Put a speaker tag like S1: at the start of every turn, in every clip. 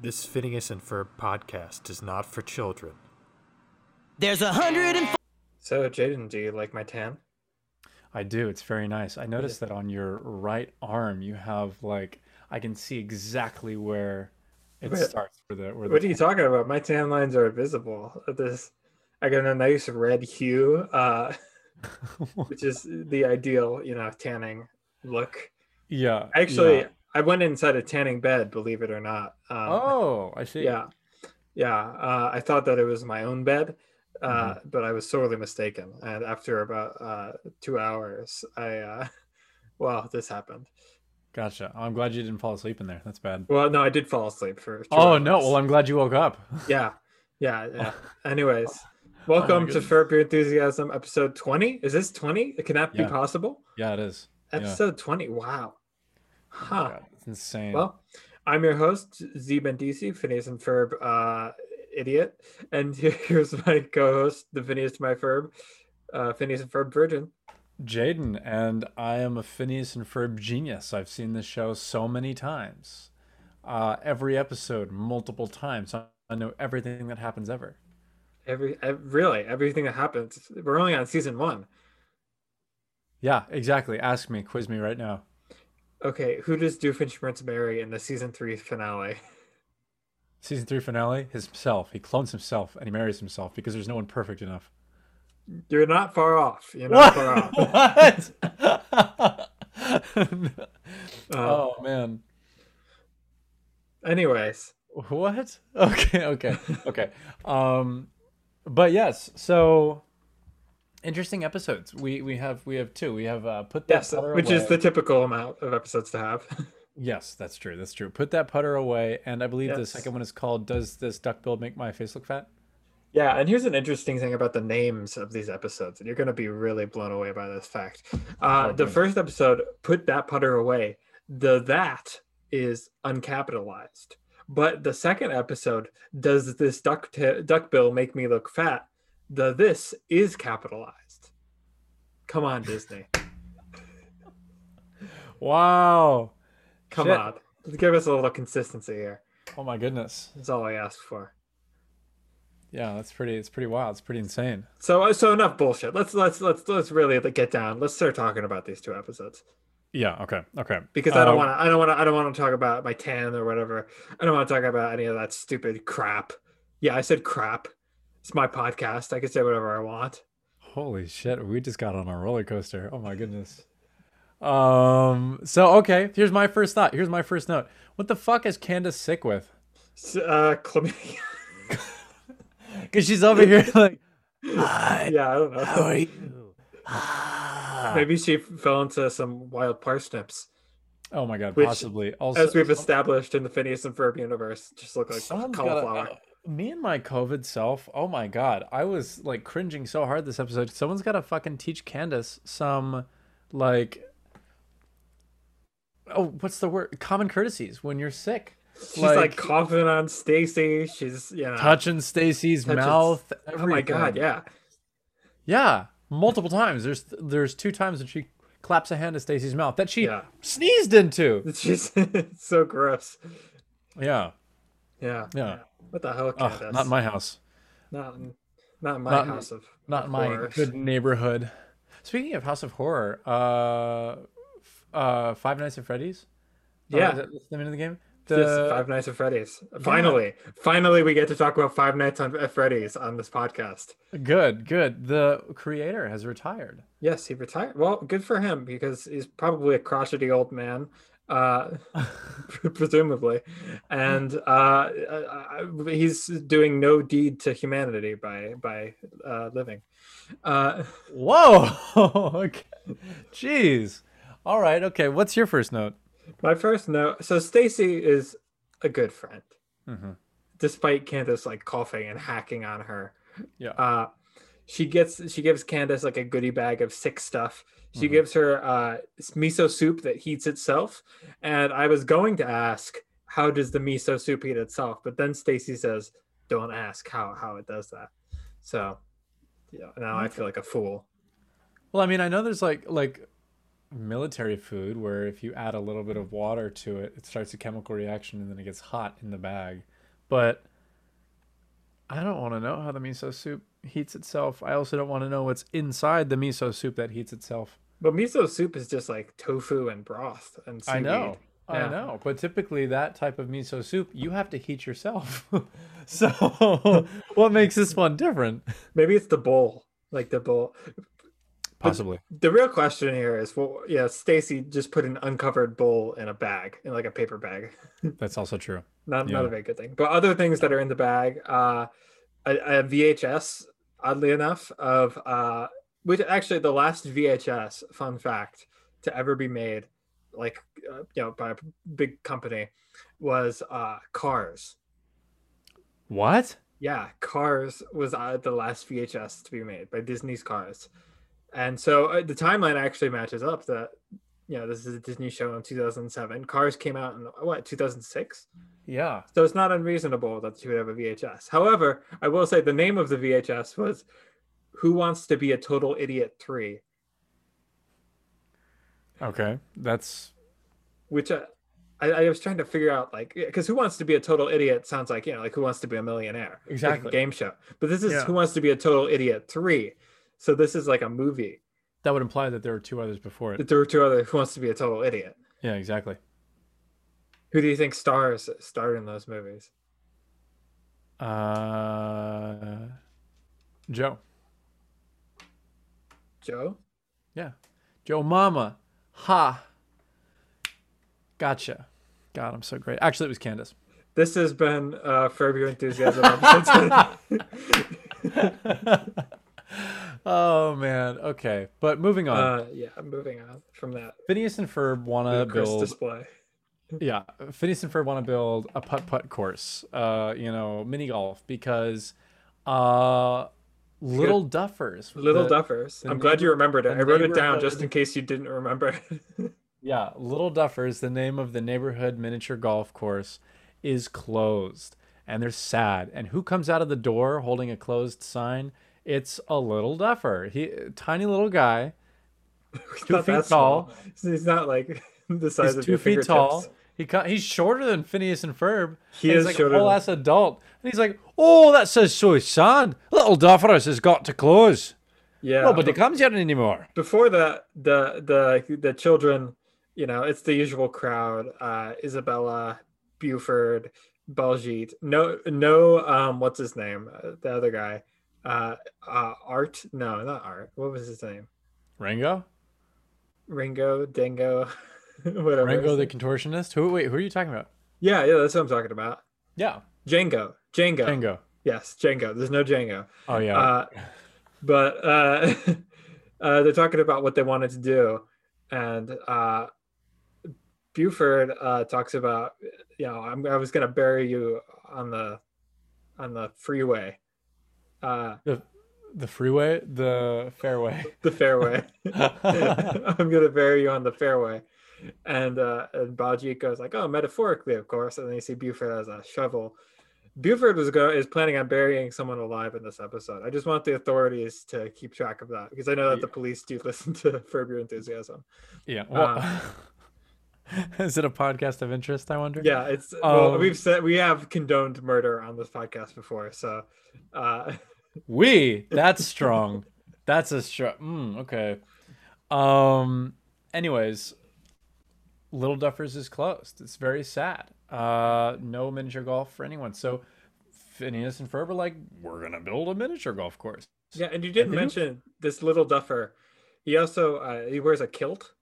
S1: This Phineas and Ferb podcast is not for children.
S2: There's a hundred and
S3: So, Jaden, do you like my tan?
S4: I do. It's very nice. I noticed that on your right arm, you have like I can see exactly where it
S3: Wait,
S4: starts. Where the where
S3: What
S4: the
S3: are you talking about? My tan lines are visible. This, I got a nice red hue, uh, which is the ideal, you know, tanning look.
S4: yeah.
S3: Actually,
S4: yeah.
S3: I went inside a tanning bed, believe it or not. Um,
S4: Oh, I see.
S3: yeah, yeah. Uh, I thought that it was my own bed, uh,
S4: Mm-hmm.
S3: but I was sorely mistaken. And after about uh, two hours, I, uh, well, this happened.
S4: Gotcha. I'm glad you didn't fall asleep in there. That's bad.
S3: Well, no, I did fall asleep for. two
S4: Oh no.
S3: hours.
S4: Well, I'm glad you woke up.
S3: Yeah, yeah, yeah. Anyways, welcome to
S4: Oh goodness.
S3: Furp Your Enthusiasm, episode 20. Is this 20? It cannot
S4: Yeah.
S3: be possible.
S4: yeah, it is. Yeah. Oh
S3: Episode 20. Wow. Huh.
S4: God, it's insane.
S3: uh, Well, I'm your host, Z Bendisi, Phineas and Ferb uh, idiot. And here's my co host, the Phineas to my Ferb, uh, Phineas and Ferb virgin.
S4: Jaden and I am a Phineas and Ferb genius. I've seen this show so many times, uh, every episode, multiple times. I I know everything that happens ever.
S3: Every, ev- Really, everything that happens. We're only on season one.
S4: Yeah, exactly. Ask me, quiz me right now.
S3: Okay, who does Doofenshmirtz Prince marry in the season three finale?
S4: Season three finale, himself. He clones himself and he marries himself because there's no one perfect enough.
S3: You're not far off. You're not far off.
S4: what?
S3: Uh,
S4: oh man.
S3: Anyways,
S4: What? Okay, okay, okay. Um, but yes, so interesting episodes. We we have we have two. We have uh, put that
S3: yes,
S4: putter
S3: which is the
S4: away.
S3: typical amount of episodes to have.
S4: yes, that's true. That's true. Put that putter away, and I believe the
S3: Yes.
S4: second one is called "Does this duck bill make my face look fat?"
S3: yeah, and here's an interesting thing about the names of these episodes, and you're going to be really blown away by this fact. Uh,
S4: Oh,
S3: the
S4: goodness.
S3: first episode, put that putter away. The that is uncapitalized, but the second episode, does this duck ta- duck bill make me look fat? The this is capitalized. Come on, Disney.
S4: Wow.
S3: Come
S4: Shit.
S3: on. Give us a little consistency here.
S4: Oh my goodness.
S3: That's all I ask for.
S4: Yeah, that's pretty. It's pretty wild. It's pretty insane.
S3: So uh, so enough bullshit. Let's let's let's let's really like, get down. Let's start talking about these two episodes
S4: Yeah. Okay. Okay.
S3: because I don't
S4: Uh,
S3: want to I don't want to I don't want to talk about my tan or whatever. I don't want to talk about any of that stupid crap. Yeah, I said crap. It's my podcast. I can say whatever I want.
S4: Holy shit, we just got on a roller coaster. Oh my goodness. Um so okay, here's my first thought. Here's my first note. What the fuck is Candace sick with?
S3: S- Uh, chlamydia.
S4: Cuz she's over here like
S3: yeah, I don't know.
S2: you? Ah.
S3: Maybe she fell into some wild parsnips,
S4: Oh my god,
S3: Which,
S4: possibly. Also
S3: as we've established in the Phineas and Ferb universe. Just look like
S4: someone's uh,
S3: cauliflower.
S4: got me and my COVID self. Oh my god, I was like cringing so hard this episode. Someone's got to fucking teach Candace some like Oh, what's the word? Common courtesies when you're sick.
S3: She's like, coughing on Stacy. She's you know.
S4: touching Stacy's
S3: touches-
S4: mouth.
S3: oh my god!
S4: everything.
S3: Yeah.
S4: Yeah, multiple times. There's there's two times when she claps a hand to Stacy's mouth that she
S3: Yeah.
S4: sneezed into.
S3: It's just it's so gross.
S4: Yeah,
S3: Yeah.
S4: yeah.
S3: What the hell,
S4: Ugh,
S3: Candace?
S4: not in my house.
S3: not, in- not in my
S4: not in-
S3: house of
S4: Not in my
S3: horror.
S4: good neighborhood. Speaking of House of Horror, uh, f- uh, Five Nights at Freddy's. Uh,
S3: Yeah.
S4: is that the name of the game.
S3: Yes,
S4: The-
S3: Five Nights at Freddy's. Finally, finally, we get to talk about Five Nights on, at Freddy's on this podcast.
S4: good, good. The creator has retired.
S3: Yes, he retired. Well, good for him because he's probably a crotchety old man, uh, presumably, and uh, uh, uh, he's doing no deed to humanity by by uh, living. Uh,
S4: Whoa. okay. Jeez. All right. Okay. What's your first note?
S3: my first note. So Stacy is a good friend.
S4: Mm-hmm.
S3: despite Candace like coughing and hacking on her.
S4: Yeah.
S3: Uh, she gets she gives Candace like a goodie bag of sick stuff. She
S4: Mhm.
S3: gives her uh, miso soup that heats itself, and I was going to ask how does the miso soup heat itself, but then Stacy says, "Don't ask how how it does that." So, yeah, now I feel like a fool.
S4: Well, I mean, I know there's like like military food where if you add a little bit of water to it, it starts a chemical reaction and then it gets hot in the bag. But I don't want to know how the miso soup heats itself. I also don't want to know what's inside the miso soup that heats itself.
S3: But miso soup is just like tofu and broth and seaweed.
S4: I know.
S3: Yeah.
S4: I know. But typically that type of miso soup you have to heat yourself. so what makes this one different?
S3: Maybe it's the bowl, like the bowl.
S4: Possibly.
S3: The real question here is, well, yeah, Stacy just put an uncovered bowl in a bag, in like a paper bag.
S4: That's also true.
S3: Not not
S4: Yeah.
S3: a very good thing. But other things that are in the bag, uh, a, a VHS, oddly enough, of uh, which actually the last VHS, fun fact, to ever be made, like uh, you know, by a big company, was uh, Cars.
S4: What?
S3: Yeah, Cars was uh, the last VHS to be made by Disney's Cars, and so uh, the timeline actually matches up. That you know, this is a Disney show in 2007. Cars came out in what 2006.
S4: Yeah.
S3: So it's not unreasonable that she would have a VHS. However, I will say the name of the VHS was Who Wants to Be a Total Idiot 3,
S4: Okay. That's
S3: which I, I, I was trying to figure out, like, because Who Wants to Be a Total Idiot sounds like, you know, like Who Wants to Be a Millionaire? like a
S4: Exactly.
S3: game show. But this is
S4: Yeah.
S3: Who Wants to Be a Total Idiot 3. So this is like a movie.
S4: that would imply that there were two others before it.
S3: There were two other Who Wants to Be a Total Idiot.
S4: Yeah, exactly.
S3: Who do you think stars starred in those movies?
S4: Uh Joe.
S3: Joe?
S4: Yeah. Joe Mama. Ha. Gotcha. God, I'm so great. Actually, it was Candace.
S3: This has been uh, Furb Your Enthusiasm episode 10.
S4: Oh man. Okay. But moving on.
S3: Uh, yeah, I'm moving on from that.
S4: Phineas and Ferb wanna
S3: Chris
S4: build
S3: display.
S4: yeah phineas and ferb want to build a putt putt course uh you know mini golf because uh little duffers
S3: Little
S4: the-
S3: Duffers. I'm glad you remembered it.
S4: the
S3: I wrote it down just
S4: neighborhood-
S3: in case you didn't remember.
S4: yeah little duffers the name of the neighborhood miniature golf course is closed and they're sad and who comes out of the door holding a closed sign it's a little duffer he tiny little guy
S3: He's
S4: Two
S3: not
S4: feet
S3: that small.
S4: tall.
S3: He's not like the size
S4: he's
S3: of
S4: two
S3: your
S4: feet
S3: fingertips.
S4: tall. He co- he's shorter than Phineas and Ferb.
S3: He
S4: and
S3: is
S4: he's like
S3: shorter
S4: a whole
S3: than-
S4: ass adult, and he's like, "Oh, that says so sad. Little Dufferus has got to close.
S3: Yeah.
S4: Nobody
S3: but
S4: comes here anymore."
S3: before that, the the the children, you know, it's the usual crowd. Uh, Isabella, Buford, Baljeet. No, no. Um, what's his name? Uh, the other guy. Uh, uh, Art? No, not Art. What was his name?
S4: Ringo,
S3: Ringo, Dingo, whatever.
S4: Ringo
S3: his
S4: the
S3: name-
S4: contortionist. Who? Wait, who are you talking about?
S3: Yeah, yeah. That's what I'm talking about.
S4: Yeah,
S3: Django. Django.
S4: Ringo.
S3: Yes, Django. There's no Django.
S4: Oh yeah.
S3: Uh, but uh, uh, they're talking about what they wanted to do, and uh, Buford uh, talks about, you know, I'm, I was going to bury you on the on the freeway, uh,
S4: the freeway, the fairway.
S3: the fairway. I'm going to bury you on the fairway. And uh, and Baljeet goes like, oh, metaphorically, of course. And then you see Buford as a shovel. Buford was go- is planning on burying someone alive in this episode. I just want the authorities to keep track of that because I know that the police do listen to Ferb Your Enthusiasm.
S4: yeah. Well, is it a podcast of interest? I wonder.
S3: Uh. Yeah, it's well,
S4: Um,
S3: we've said we have condoned murder on this podcast before, so uh,
S4: We. That's strong. That's a strong. Mm, okay. Um. Anyways, Little Duffers is closed. It's very sad. Uh, no miniature golf for anyone. So Phineas and Ferb are like, we're gonna build a miniature golf course.
S3: yeah. And you didn't
S4: Continue.
S3: mention this little duffer. He also uh, he wears a kilt,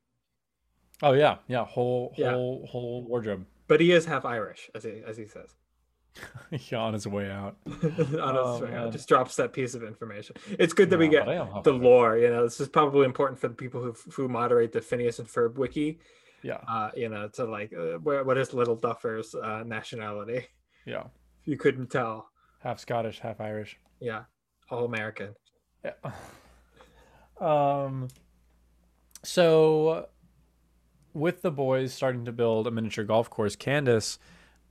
S4: Oh yeah, yeah. Whole
S3: Yeah.
S4: whole whole wardrobe.
S3: but he is half Irish, as he as he says.
S4: yeah, on his way out.
S3: on
S4: Oh,
S3: us right now.
S4: man.
S3: Just drops that piece of information. It's good that we
S4: Yeah,
S3: get
S4: but I don't have
S3: the
S4: it.
S3: lore. You know, this is probably important for the people who who moderate the Phineas and Ferb wiki.
S4: Yeah,
S3: Uh, you know, to like, uh, where, what is Little Duffer's uh, nationality?
S4: yeah.
S3: You couldn't tell.
S4: Half Scottish, half Irish.
S3: Yeah, all American.
S4: Yeah. um so with the boys starting to build a miniature golf course candace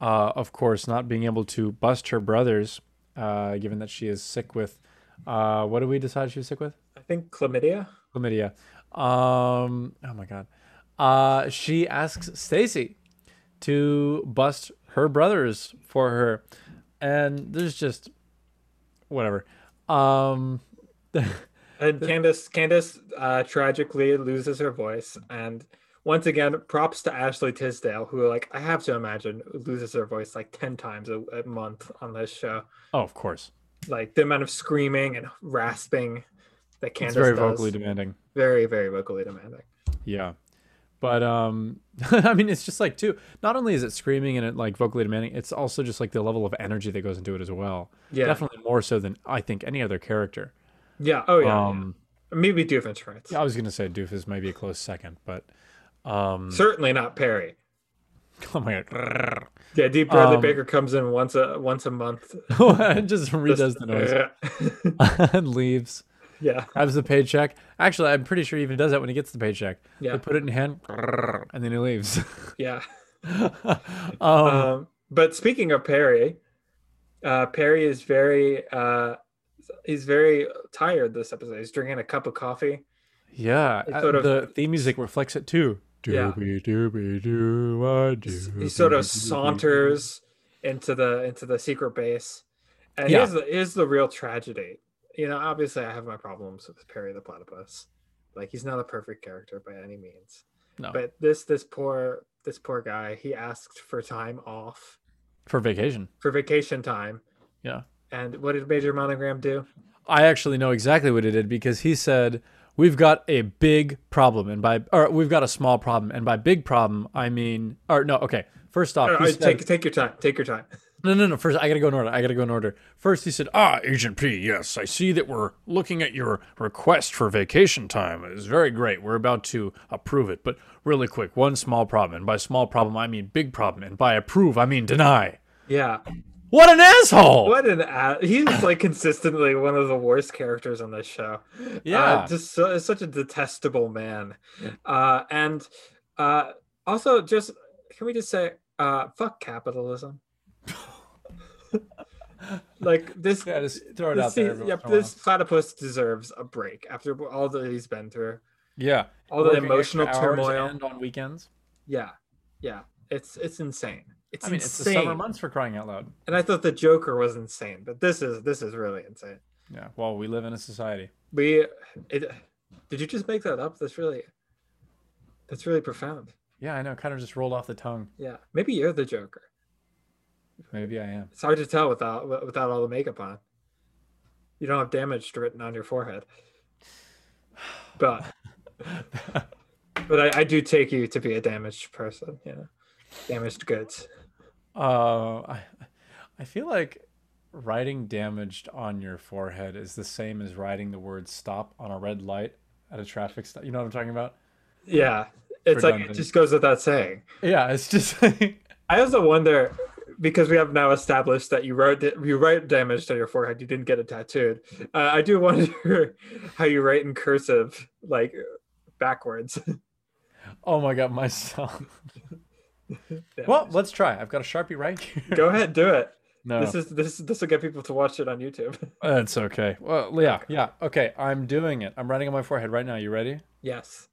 S4: uh, of course not being able to bust her brothers uh, given that she is sick with uh, what did we decide she was sick with
S3: I think chlamydia.
S4: chlamydia Um, oh my god. Uh, she asks Stacy to bust her brothers for her, and there's just whatever. Um,
S3: And Candace, Candace uh, tragically loses her voice. And once again, props to Ashley Tisdale, who, like, I have to imagine loses her voice like 10 times a, a month on this show.
S4: oh, of course,
S3: Like, the amount of screaming and rasping that
S4: it's
S3: Candace
S4: very
S3: does.
S4: vocally demanding.
S3: very, very vocally demanding.
S4: Yeah. But um I mean it's just like too not only is it screaming and it like vocally demanding, it's also just like the level of energy that goes into it as well.
S3: Yeah.
S4: Definitely more so than I think any other character.
S3: Yeah. Oh, yeah.
S4: um
S3: yeah. Maybe Doofenshmirtz. France.
S4: I was gonna say Doofus might be a close second, but
S3: Certainly not Perry.
S4: oh my god.
S3: Yeah, Deep Bradley
S4: Um,
S3: Baker comes in once a once a month.
S4: just redoes the noise and leaves.
S3: yeah.
S4: Grabs the paycheck. Actually I'm pretty sure he even does that when he gets the paycheck.
S3: Yeah.
S4: They put it in hand and then he leaves.
S3: Yeah.
S4: um
S3: Um, but speaking of Perry, uh, Perry is very uh, he's very tired this episode. He's drinking a cup of coffee.
S4: Yeah,
S3: It's
S4: uh,
S3: sort of-
S4: the theme music reflects it too.
S3: Yeah.
S4: Doobie doobie doo, ah,
S3: He sort of
S4: doobie doobie.
S3: saunters into the into the secret base. And
S4: Yeah.
S3: here's the here's the real tragedy. You know, obviously I have my problems with Perry the platypus. Like he's not a perfect character by any means.
S4: No.
S3: But this this poor this poor guy, he asked for time off
S4: for vacation.
S3: for vacation time.
S4: Yeah,
S3: And what did Major Monogram do?
S4: I actually know exactly what he did because he said we've got a big problem, and by or we've got a small problem, and by big problem I mean or no, okay. First off,
S3: All
S4: Uh, he
S3: right,
S4: said,
S3: take take your time. Take your time.
S4: No, no, no. First, I gotta go in order. I gotta go in order. First, he said, "Ah, Agent P. Yes, I see that we're looking at your request for vacation time. It is very great. We're about to approve it, but really quick, one small problem. And by small problem, I mean big problem. And by approve, I mean deny.
S3: Yeah.
S4: What an asshole!
S3: What an a He's like consistently one of the worst characters on this show.
S4: Yeah.
S3: Uh, just so, such a detestable man. Uh, and uh, also, just can we just say, uh, fuck capitalism? like this.
S4: Yeah, just throw it
S3: this
S4: out there.
S3: se-
S4: every
S3: yep,
S4: once in a
S3: this platypus deserves a break after all that he's been through.
S4: while. yeah,
S3: all the
S4: Working
S3: emotional
S4: extra hours
S3: turmoil.
S4: and on weekends.
S3: Yeah, yeah. It's it's insane. It's
S4: I mean, it's the
S3: insane.
S4: summer months for crying out loud.
S3: and I thought the Joker was insane, but this is this is really insane.
S4: Yeah. Well, we live in a society.
S3: We it, did you just make that up? That's really that's really profound.
S4: Yeah, I know. Kind of just rolled off the tongue.
S3: Yeah, maybe you're the Joker.
S4: Maybe I am.
S3: It's hard to tell without wi- without all the makeup on. You don't have damaged written on your forehead. But but I, I do take you to be a damaged person, you know, damaged goods.
S4: Uh, I, I feel like writing damaged on your forehead is the same as writing the word stop on a red light at a traffic stop. You know what I'm talking about?
S3: Yeah, it's like it
S4: Redundant.
S3: just goes without saying.
S4: Yeah, it's just like,
S3: I also wonder because we have now established that you wrote you write damage to your forehead. You didn't get it tattooed. Uh, I do wonder how you write in cursive, like backwards.
S4: oh my god, myself. Well, let's try. I've got a sharpie right here.
S3: go ahead, do it.
S4: No,
S3: This is this this will get people to watch it on YouTube.
S4: that's okay. Well, yeah, yeah, okay. I'm doing it. I'm writing on my forehead right now. You ready?
S3: Yes.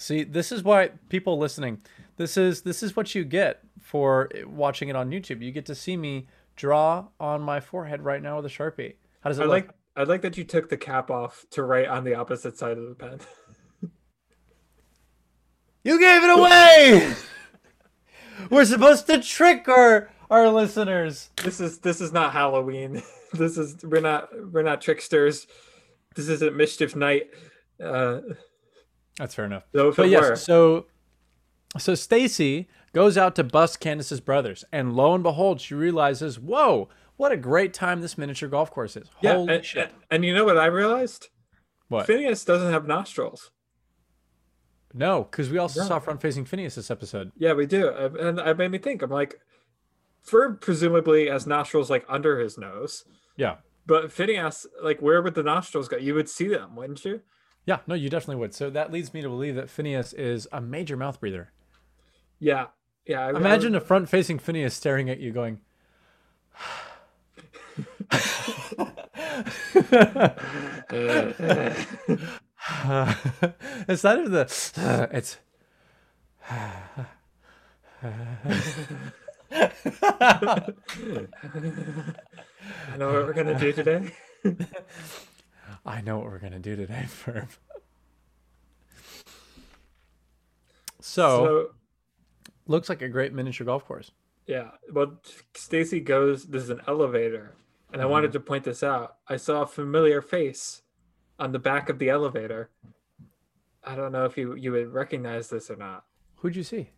S4: See, this is why people listening, this is this is what you get for watching it on YouTube. You get to see me draw on my forehead right now with a sharpie. How does it
S3: I
S4: look?
S3: like I like that you took the cap off to write on the opposite side of the pen.
S4: You gave it away. We're supposed to trick our our listeners.
S3: This is this is not Halloween. This is we're not we're not tricksters. This isn't mischief night. Uh,
S4: That's fair enough.
S3: though if
S4: But
S3: it
S4: yes,
S3: were,
S4: so so Stacy goes out to bust Candace's brothers, and lo and behold, she realizes, "Whoa, what a great time this miniature golf course is!
S3: yeah.
S4: Holy
S3: and-
S4: shit!
S3: and you know what I realized?
S4: What?
S3: Phineas doesn't have nostrils.
S4: no, because we also saw front-facing Phineas this episode.
S3: Yeah, we do. Uh, And it made me think. I'm like, Ferb presumably has nostrils like under his nose,
S4: Yeah,
S3: but Phineas, like, where would the nostrils go? You would see them, wouldn't you?
S4: yeah, no, you definitely would. So that leads me to believe that Phineas is a major mouth breather.
S3: Yeah, yeah. I- I
S4: Imagine a front-facing Phineas staring at you, going, it's not even the. it's.
S3: I know what we're gonna do today.
S4: I know what we're gonna do today, Ferb. So,
S3: So
S4: looks like a great miniature golf course.
S3: yeah, well, Stacy goes. There's an elevator, and I
S4: Mm-hmm.
S3: wanted to point this out. I saw a familiar face on the back of the elevator. I don't know if you you would recognize this or not.
S4: Who'd you see?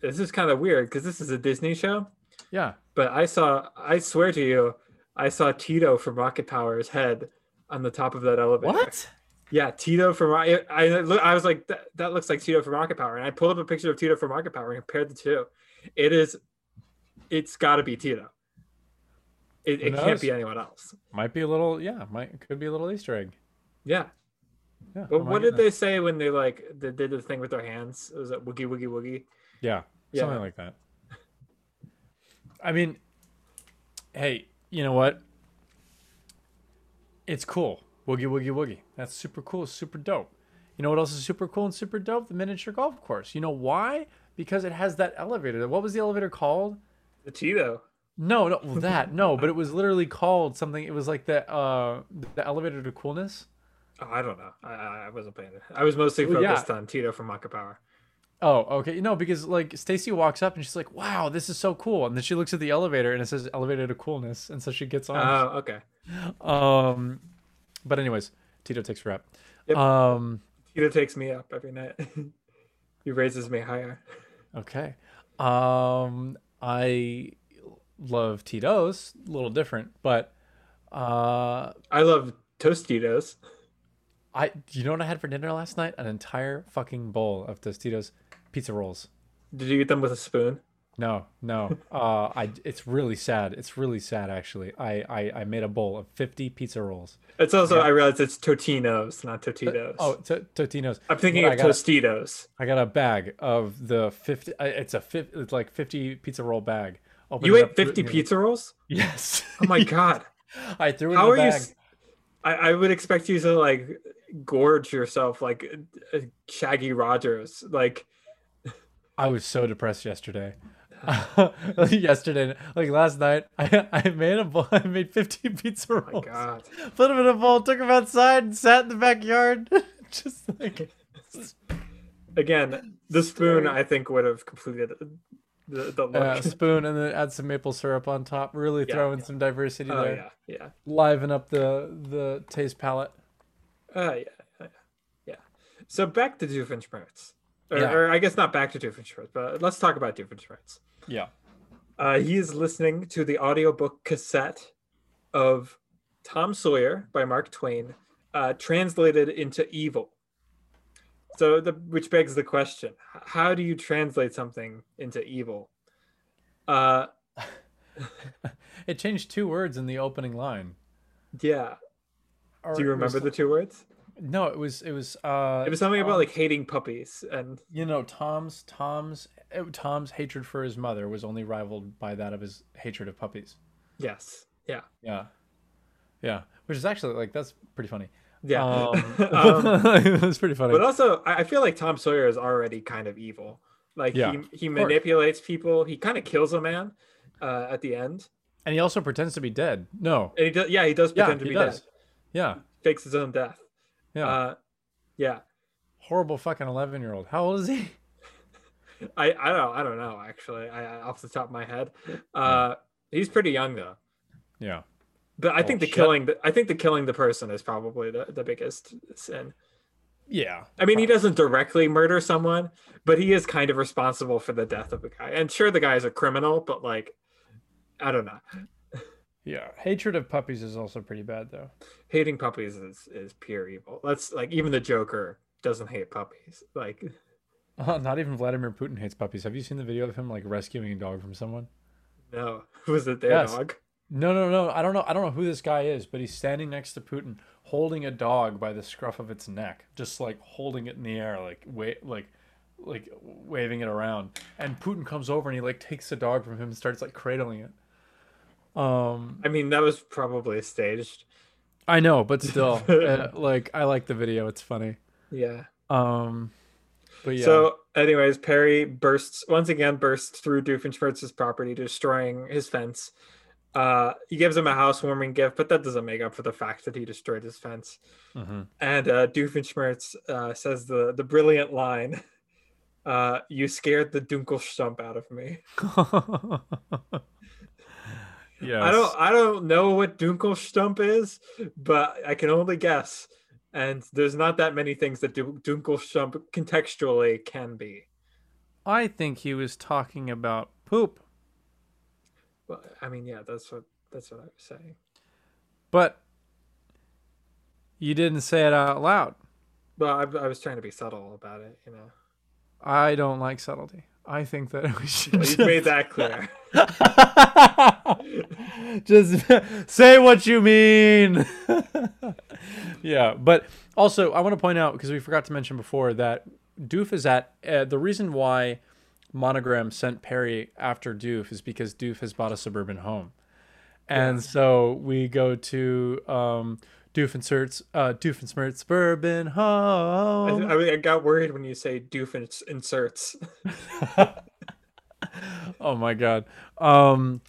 S3: This is kind of weird because this is a Disney show.
S4: Yeah.
S3: But I saw, I swear to you, I saw Tito from Rocket Power's head on the top of that elevator.
S4: What?
S3: Yeah, Tito from I, I, lo- I was like, that, that looks like Tito from Rocket Power, and I pulled up a picture of Tito from Rocket Power and compared the two. It is, it's got to be Tito. It,
S4: Who
S3: it
S4: knows?
S3: can't be anyone else.
S4: Might be a little. Yeah. Might could be a little Easter egg.
S3: Yeah,
S4: Yeah.
S3: but
S4: I
S3: what
S4: might-
S3: did they say when they like they did the thing with their hands? It was like woogie woogie woogie.
S4: Yeah,
S3: Yeah.
S4: something like that. I mean, hey, you know what? It's cool. Woogie woogie woogie. That's super cool, super dope. You know what else is super cool and super dope? The miniature golf course. You know why? Because it has that elevator. What was the elevator called?
S3: The Tito.
S4: No, no, well, that no, but it was literally called something. It was like the uh the elevator to coolness.
S3: Oh, I don't know. I, I I wasn't paying it. I was mostly
S4: Well, yeah.
S3: focused on Tito from Rocket Power.
S4: Oh, okay. No, because like Stacy walks up and she's like, "Wow, this is so cool," and then she looks at the elevator and it says "elevator to coolness," and so she gets on.
S3: Oh, okay.
S4: Um, but anyways, Tito takes a rap.
S3: Yep.
S4: Um,
S3: Tito takes me up every night. he raises me higher.
S4: okay. Um, I love Tito's a little different, but uh,
S3: I love Tostitos.
S4: I you know what I had for dinner last night? An entire fucking bowl of Tostitos pizza rolls.
S3: Did you eat them with a spoon?
S4: No, no. Uh, I it's really sad. It's really sad actually. I I, I made a bowl of fifty pizza rolls.
S3: It's also I realized it's Totinos, not Totitos.
S4: Oh, to Totino's.
S3: I'm thinking
S4: What
S3: of
S4: I got-
S3: Tostitos.
S4: I got a bag of the fifty. I- It's a fif- It's like fifty pizza roll bag. Opened
S3: You
S4: it
S3: ate
S4: up, threw it
S3: 50
S4: in the-
S3: pizza rolls?
S4: Yes.
S3: Oh my god!
S4: I threw it
S3: How
S4: in
S3: are
S4: the
S3: you?
S4: bag.
S3: s- I, I would expect you to like gorge yourself like uh, Shaggy Rogers. Like
S4: I was so depressed yesterday. yesterday, like last night, I, I made a bowl. I made fifty pizza rolls.
S3: Oh God,
S4: Put them in a bowl, took them outside, and sat in the backyard, just like
S3: again, the spoon I think would have completed the the look.
S4: uh, spoon, and then add some maple syrup on top. Really
S3: Oh, Yeah,
S4: throw in some diversity
S3: oh
S4: there,
S3: yeah, yeah.
S4: liven up the the taste palette.
S3: Uh, yeah, yeah, yeah. So back to Doofenshmirtz, or,
S4: Yeah.
S3: or I guess not back to Doofenshmirtz, but let's talk about Doofenshmirtz.
S4: Yeah.
S3: Uh, he is listening to the audiobook cassette of Tom Sawyer by Mark Twain, uh, translated into evil. So, the, which begs the question h- how do you translate something into evil? Uh,
S4: It changed two words in the opening line.
S3: yeah.
S4: Or
S3: Do you
S4: it was-
S3: remember the two words?
S4: No, it was it was uh
S3: It was something about like hating puppies. And
S4: you know Tom's Tom's eh, Tom's hatred for his mother was only rivaled by that of his hatred of puppies.
S3: yes. Yeah.
S4: Yeah, yeah, which is actually like that's pretty funny.
S3: Yeah. Um,
S4: um, that's pretty funny.
S3: But also, I I feel like Tom Sawyer is already kind of evil. Like
S4: Yeah,
S3: he he
S4: of course.
S3: manipulates people. He kind of kills a man uh, at the end,
S4: and he also pretends to be dead. No,
S3: and he does. Yeah, he does
S4: yeah,
S3: pretend
S4: he
S3: to be
S4: does.
S3: dead.
S4: Yeah,
S3: Fakes his own death.
S4: yeah,
S3: Uh, yeah.
S4: horrible fucking eleven year old. How old is he?
S3: I I don't I don't know actually. I I- off the top of my head, uh,
S4: Hmm.
S3: he's pretty young though.
S4: Yeah,
S3: But I think the
S4: Oh, shit.
S3: killing the, I think the killing the person is probably the, the biggest sin.
S4: yeah.
S3: I mean, he doesn't directly murder someone, but he is kind of responsible for the death of the guy. And sure, the guy is a criminal, but like, I don't know.
S4: Yeah, hatred of puppies is also pretty bad though.
S3: hating puppies is is pure evil. That's like even the Joker doesn't hate puppies. Like
S4: not even Vladimir Putin hates puppies. Have you seen the video of him like rescuing a dog from someone?
S3: no, was it their
S4: Yes.
S3: dog?
S4: No, no, no. I don't know. I don't know who this guy is, but he's standing next to Putin, holding a dog by the scruff of its neck, just like holding it in the air, like wait, like, like waving it around. And Putin comes over and he like takes the dog from him and starts like cradling it. Um.
S3: I mean, that was probably staged.
S4: I know, but still, uh, like I like the video. It's funny.
S3: Yeah.
S4: Um, but yeah,
S3: So, anyways, Perry bursts once again bursts through Doofenshmirtz's property, destroying his fence. Uh, he gives him a housewarming gift, but that doesn't make up for the fact that he destroyed his fence.
S4: Mhm.
S3: And uh, Doofenshmirtz uh, says the the brilliant line, uh, "You scared the Dunkelstump out of me."
S4: yes.
S3: I don't I don't know what Dunkelstump is, but I can only guess. And there's not that many things that Du- Dunkelstump contextually can be.
S4: I think he was talking about poop,
S3: Well, I mean, yeah, that's what that's what I was saying.
S4: but you didn't say it out loud.
S3: Well, I, I was trying to be subtle about it, you know.
S4: I don't like subtlety. I think that we should
S3: Well, you made that clear.
S4: just say what you mean. yeah, but also I want to point out because we forgot to mention before that Doof is at uh, the reason why Monogram sent Perry after Doof is because Doof has bought a suburban home, and so we go to um, Doof inserts uh, Doof inserts suburban
S3: I,
S4: home.
S3: I, I got worried when you say doof ins- inserts.
S4: Oh my god. Um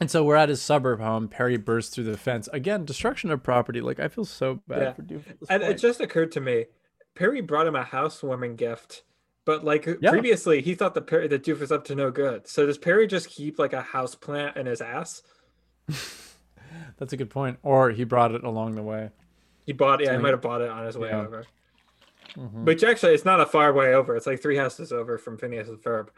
S4: and so we're at his suburb home. Perry bursts through the fence. Again, destruction of property. Like I feel so bad
S3: Yeah.
S4: for Duke. at this
S3: And it
S4: point.
S3: just occurred to me, Perry brought him a housewarming gift, but like
S4: Yeah.
S3: previously, he thought that Perry that doof was up to no good. So does Perry just keep like a house plant in his ass?
S4: That's a good point. Or he brought it along the way.
S3: He bought yeah, he might have bought it on his way
S4: Yeah. Mm-hmm.
S3: over. Which actually, it's not a far way over. It's like three houses over from Phineas and Ferb.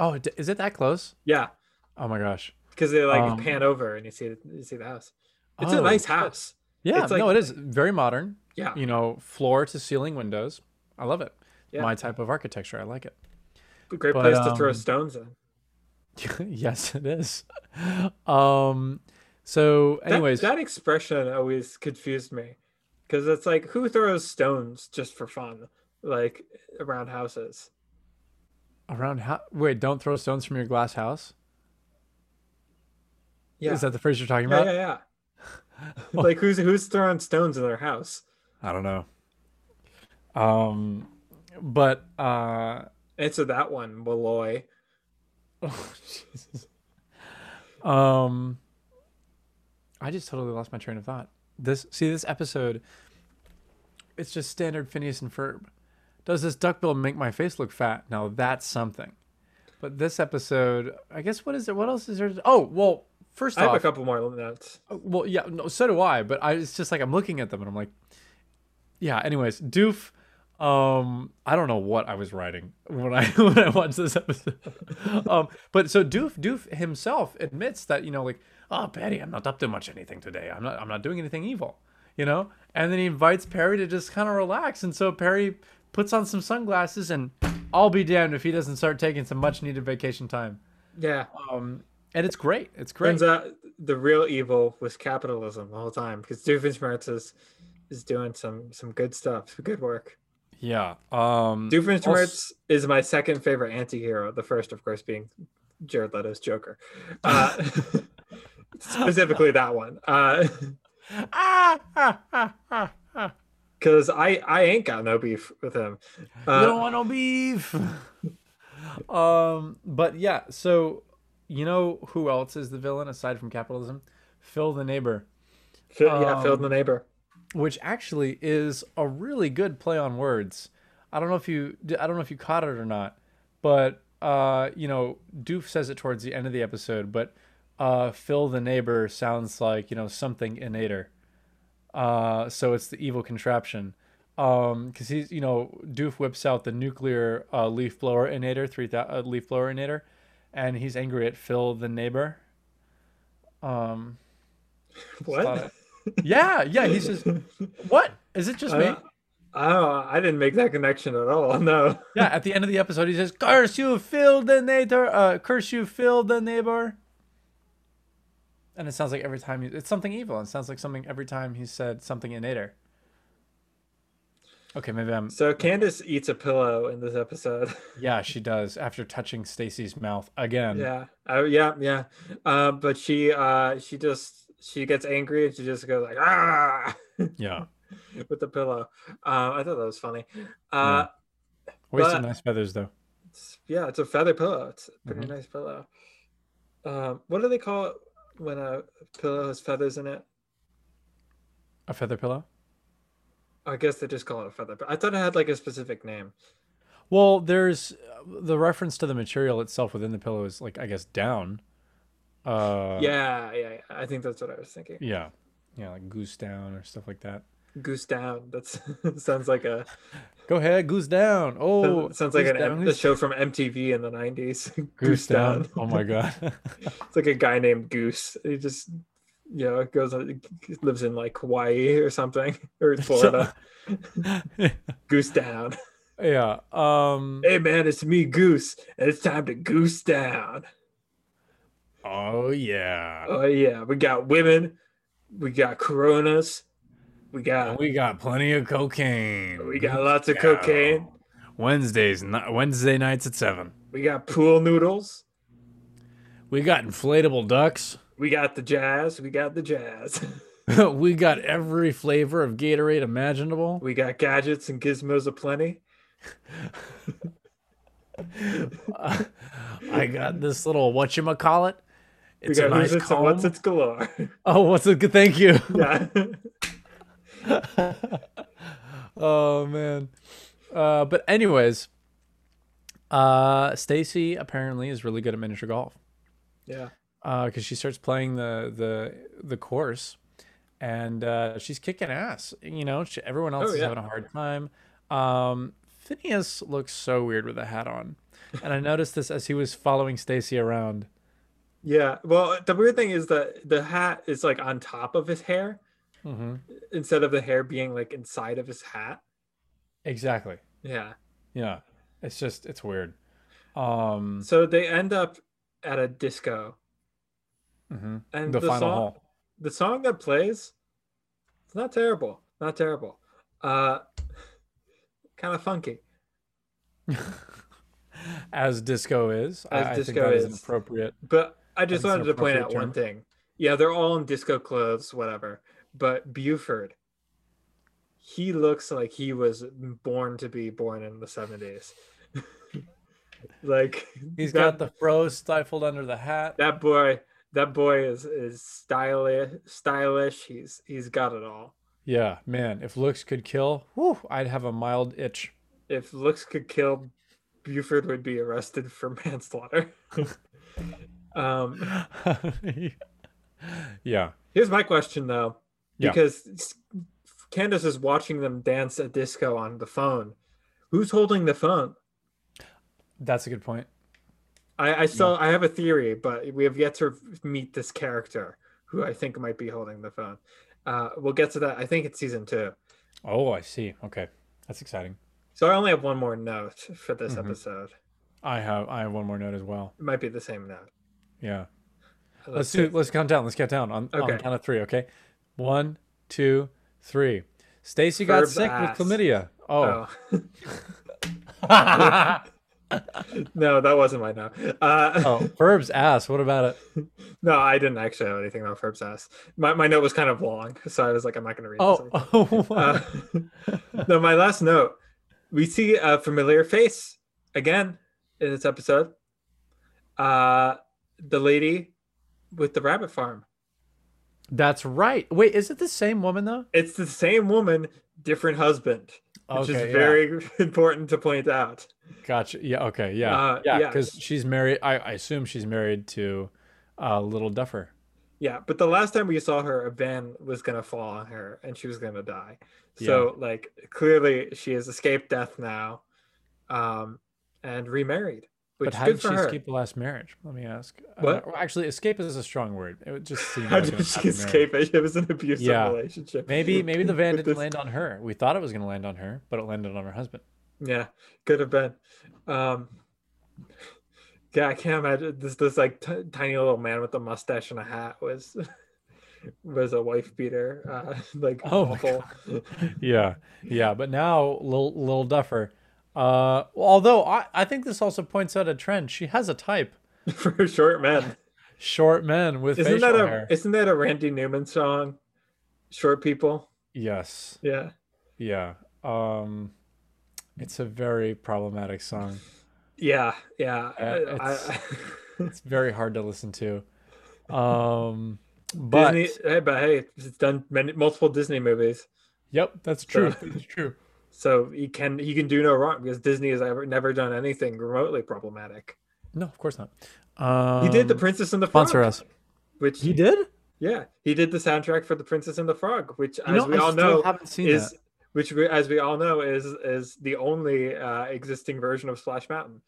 S4: Oh, d- is it that close?
S3: Yeah,
S4: Oh my gosh.
S3: because they like
S4: Um,
S3: pan over and you see you see the house. It's
S4: Oh,
S3: a nice
S4: shit.
S3: house.
S4: Yeah,
S3: It's like-
S4: no, it is very modern.
S3: Yeah.
S4: You know, floor to ceiling windows. I love it.
S3: Yeah.
S4: My type of architecture. I like it.
S3: A great
S4: But,
S3: place to throw
S4: um,
S3: stones in.
S4: yes, it is. Um so
S3: That-
S4: anyways,
S3: that, expression always confused me because it's like who throws stones just for fun, like around houses.
S4: around how wait, don't throw stones from your glass house?
S3: Yeah,
S4: Is that Oh. the phrase you're talking
S3: yeah,
S4: about?
S3: yeah, yeah. like who's who's throwing stones in their house?
S4: I don't know. Um, but uh,
S3: Answer that one, Malloy.
S4: um, I just totally lost my train of thought. This see this episode, it's just standard Phineas and Ferb. Does this duckbill make my face look fat? Now that's something. But this episode, I guess what is there? What else is there? Oh well, first
S3: I have a
S4: off,
S3: couple more notes.
S4: well yeah, no, so do I. But I it's just like I'm looking at them and I'm like, yeah. Anyways, Doof. Um, I don't know what I was writing when I when I watched this episode. um, but so Doof Doof himself admits that you know like oh Perry, I'm not up to much anything today. I'm not I'm not doing anything evil, you know. And then he invites Perry to just kind of relax, and so Perry puts on some sunglasses and I'll be damned if he doesn't start taking some much needed vacation time.
S3: Yeah,
S4: Um, and it's great. It's great.
S3: turns out the real evil was capitalism the whole time because Doofenshmirtz is is doing some some good stuff, some good work.
S4: yeah. Um,
S3: Doofenshmirtz is my second favorite anti-hero. The first, of course, being Jared Leto's Joker. Uh, specifically that one. uh, Because I, I ain't got no beef with him.
S4: You
S3: Uh,
S4: don't want no beef. um, but yeah, so you know who else is the villain aside from capitalism? Phil the neighbor,
S3: Phil, yeah,
S4: um,
S3: Phil the neighbor.
S4: which actually is a really good play on words. I don't know if you I don't know if you caught it or not, but uh, you know, Doof says it towards the end of the episode, but uh, Phil the neighbor sounds like you know something innator. Uh, so it's the evil contraption. Um, because he's you know Doof whips out the nuclear uh, leaf blower innator three thousand uh, leaf blower innator, and he's angry at Phil the neighbor. Um,
S3: What?
S4: yeah, yeah, he's just what is it just me?
S3: Uh, Oh, I didn't make that connection at all. No.
S4: Yeah, at the end of the episode, he says, "Curse you, Phil the neighbor! Uh, curse you, Phil the neighbor!" And it sounds like every time he, it's something evil. It sounds like something every time he said something innator. Okay, maybe I'm
S3: So Candace eats a pillow in this episode.
S4: Yeah, she does after touching Stacy's mouth again.
S3: Yeah. Oh, yeah, yeah. Um, Uh, but she uh, she just she gets angry and she just goes like ah
S4: Yeah.
S3: with the pillow. Uh, I thought that was funny. Uh,
S4: Wasted
S3: But-
S4: nice feathers though.
S3: it's- yeah, it's a feather pillow. It's a pretty
S4: Mhm.
S3: nice pillow. Um, what do they call it when a pillow has feathers in it?
S4: A feather pillow.
S3: I guess they just call it a feather. But I thought it had like a specific name.
S4: Well, there's uh, the reference to the material itself within the pillow is like I guess down. Uh,
S3: yeah, yeah, yeah. I think that's what I was thinking.
S4: Yeah. Yeah, like goose down or stuff like that.
S3: Goose down. That's sounds like a
S4: Go ahead, goose down. Oh,
S3: sounds like
S4: goose
S3: an M-
S4: down,
S3: the
S4: goose,
S3: show from MTV in the '90s. Goose,
S4: goose
S3: down.
S4: down. Oh my god.
S3: It's like a guy named Goose. He just you know goes on- lives in like Hawaii or something or Florida. goose down.
S4: yeah. Um.
S3: Hey man, it's me Goose, and it's time to goose down.
S4: Oh yeah.
S3: Oh yeah, we got women, we got Coronas, we got
S4: We got plenty of cocaine.
S3: we got lots of
S4: Yeah.
S3: cocaine,
S4: Wednesdays, not Wednesday nights at seven.
S3: we got pool noodles,
S4: We got inflatable ducks.
S3: we got the jazz, we got the jazz,
S4: we got every flavor of Gatorade imaginable.
S3: we got gadgets and gizmos aplenty.
S4: I got this little what you call it.
S3: We
S4: It's a
S3: got
S4: nice
S3: who's it's and what's
S4: column.
S3: its galore.
S4: Oh, what's it? good- Thank you.
S3: yeah.
S4: Oh man. Uh, but anyways, uh, Stacy apparently is really good at miniature golf.
S3: yeah.
S4: because uh, she starts playing the the the course, and uh, she's kicking ass. You know, she, everyone else
S3: Oh,
S4: is
S3: yeah.
S4: having a hard time. Um, Phineas looks so weird with a hat on, and I noticed this as he was following Stacy around.
S3: Yeah. Well, the weird thing is that the hat is like on top of his hair Mm-hmm.
S4: Mhm.
S3: instead of the hair being like inside of his hat.
S4: Exactly.
S3: Yeah.
S4: Yeah, it's just it's weird. Um,
S3: So they end up at a disco.
S4: mhm.
S3: And
S4: the, final
S3: song,
S4: hole.
S3: the song that plays, it's not terrible. Not terrible. Uh kind of funky.
S4: As disco is, I-
S3: As
S4: I,
S3: disco
S4: think that is. an
S3: is.
S4: appropriate.
S3: But I just
S4: That's an
S3: wanted to point out
S4: appropriate
S3: one thing. Yeah, they're all in disco clothes, whatever. But Buford, he looks like he was born to be born in the 70s. like
S4: He's
S3: Mm-hmm. that,
S4: got the fro stifled under the hat.
S3: that boy that boy is is stylish stylish. He's he's got it all.
S4: Yeah, man. If looks could kill, whew, I'd have a mild itch.
S3: If looks could kill, Buford would be arrested for manslaughter. um
S4: yeah.
S3: Here's my question though,
S4: Yeah.
S3: because s- Candace is watching them dance at disco on the phone. Who's holding the phone?
S4: That's a good point.
S3: I, I still I have a theory, but we have yet to meet this character who I think might be holding the phone. Uh, we'll get to that. I think it's season two.
S4: Oh, I see. Okay. That's exciting.
S3: So I only have one more note for this
S4: Mhm.
S3: episode.
S4: I have I have one more note as well.
S3: It might be the same note.
S4: Yeah.
S3: Uh,
S4: Let's do let's count down. Let's count down on, on
S3: Okay.
S4: count of three, okay? One, two, three. Stacy got
S3: Verb's
S4: sick
S3: ass.
S4: with chlamydia. Oh.
S3: Oh. no, that wasn't my note. Uh,
S4: oh. Verb's ass. What about it?
S3: No, I didn't actually have anything about Ferb's ass. My, my note was kind of long, so I was like, I'm not going to read this.
S4: Oh,
S3: anymore.
S4: oh
S3: Uh, no, my last note. We see a familiar face again in this episode. Uh, the lady with the rabbit farm.
S4: that's right. Wait, is it the same woman though?
S3: It's the same woman, different husband, which
S4: Okay,
S3: is
S4: yeah.
S3: very important to point out.
S4: Gotcha. Yeah. Okay. Yeah.
S3: Uh,
S4: yeah.
S3: yeah.
S4: Because she's married. I, I assume she's married to uh, Little Duffer.
S3: Yeah, but the last time we saw her, a van was going to fall on her and she was going to die. So, like, clearly she has escaped death now um, and remarried, which
S4: but how
S3: is good
S4: did she
S3: for her.
S4: escape the last marriage? Let me ask. Uh,
S3: What?
S4: well, actually, escape is a strong word. It would just seem.
S3: How
S4: like an
S3: did she
S4: unhappy marriage.
S3: escape it? It was an abusive
S4: Yeah.
S3: relationship.
S4: Maybe maybe the van
S3: With
S4: didn't
S3: this-
S4: land on her. We thought it was going to land on her, but it landed on her husband.
S3: Yeah, could have been. Um, yeah, I can't imagine this. This like t- tiny little man with a mustache and a hat was was a wife beater. Uh, like
S4: Oh my
S3: awful.
S4: Yeah. Yeah. But now Little Little Duffer. Uh, although I, I think this also points out a trend. She has a type.
S3: for a short man.
S4: short men with
S3: Isn't
S4: facial
S3: that a
S4: hair.
S3: isn't that a Randy Newman song? Short people.
S4: Yes.
S3: Yeah.
S4: Yeah. Um it's a very problematic song.
S3: Yeah. Yeah.
S4: Uh,
S3: I- I-
S4: It's very hard to listen to. Um but
S3: Disney, hey, but hey, it's done many, multiple Disney movies,
S4: yep, that's true. That's true.
S3: so you can you can do no wrong because Disney has ever never done anything remotely problematic.
S4: No, of course not. Um
S3: He did the Princess and the Frog,
S4: sponsor us.
S3: which
S2: He did?
S3: yeah, he did the soundtrack for the Princess and the Frog, which
S4: You
S3: as
S4: know,
S3: we
S4: I
S3: all
S4: still
S3: know
S4: haven't seen
S3: is
S4: that.
S3: which we, as we all know is is the only uh, existing version of Splash Mountain.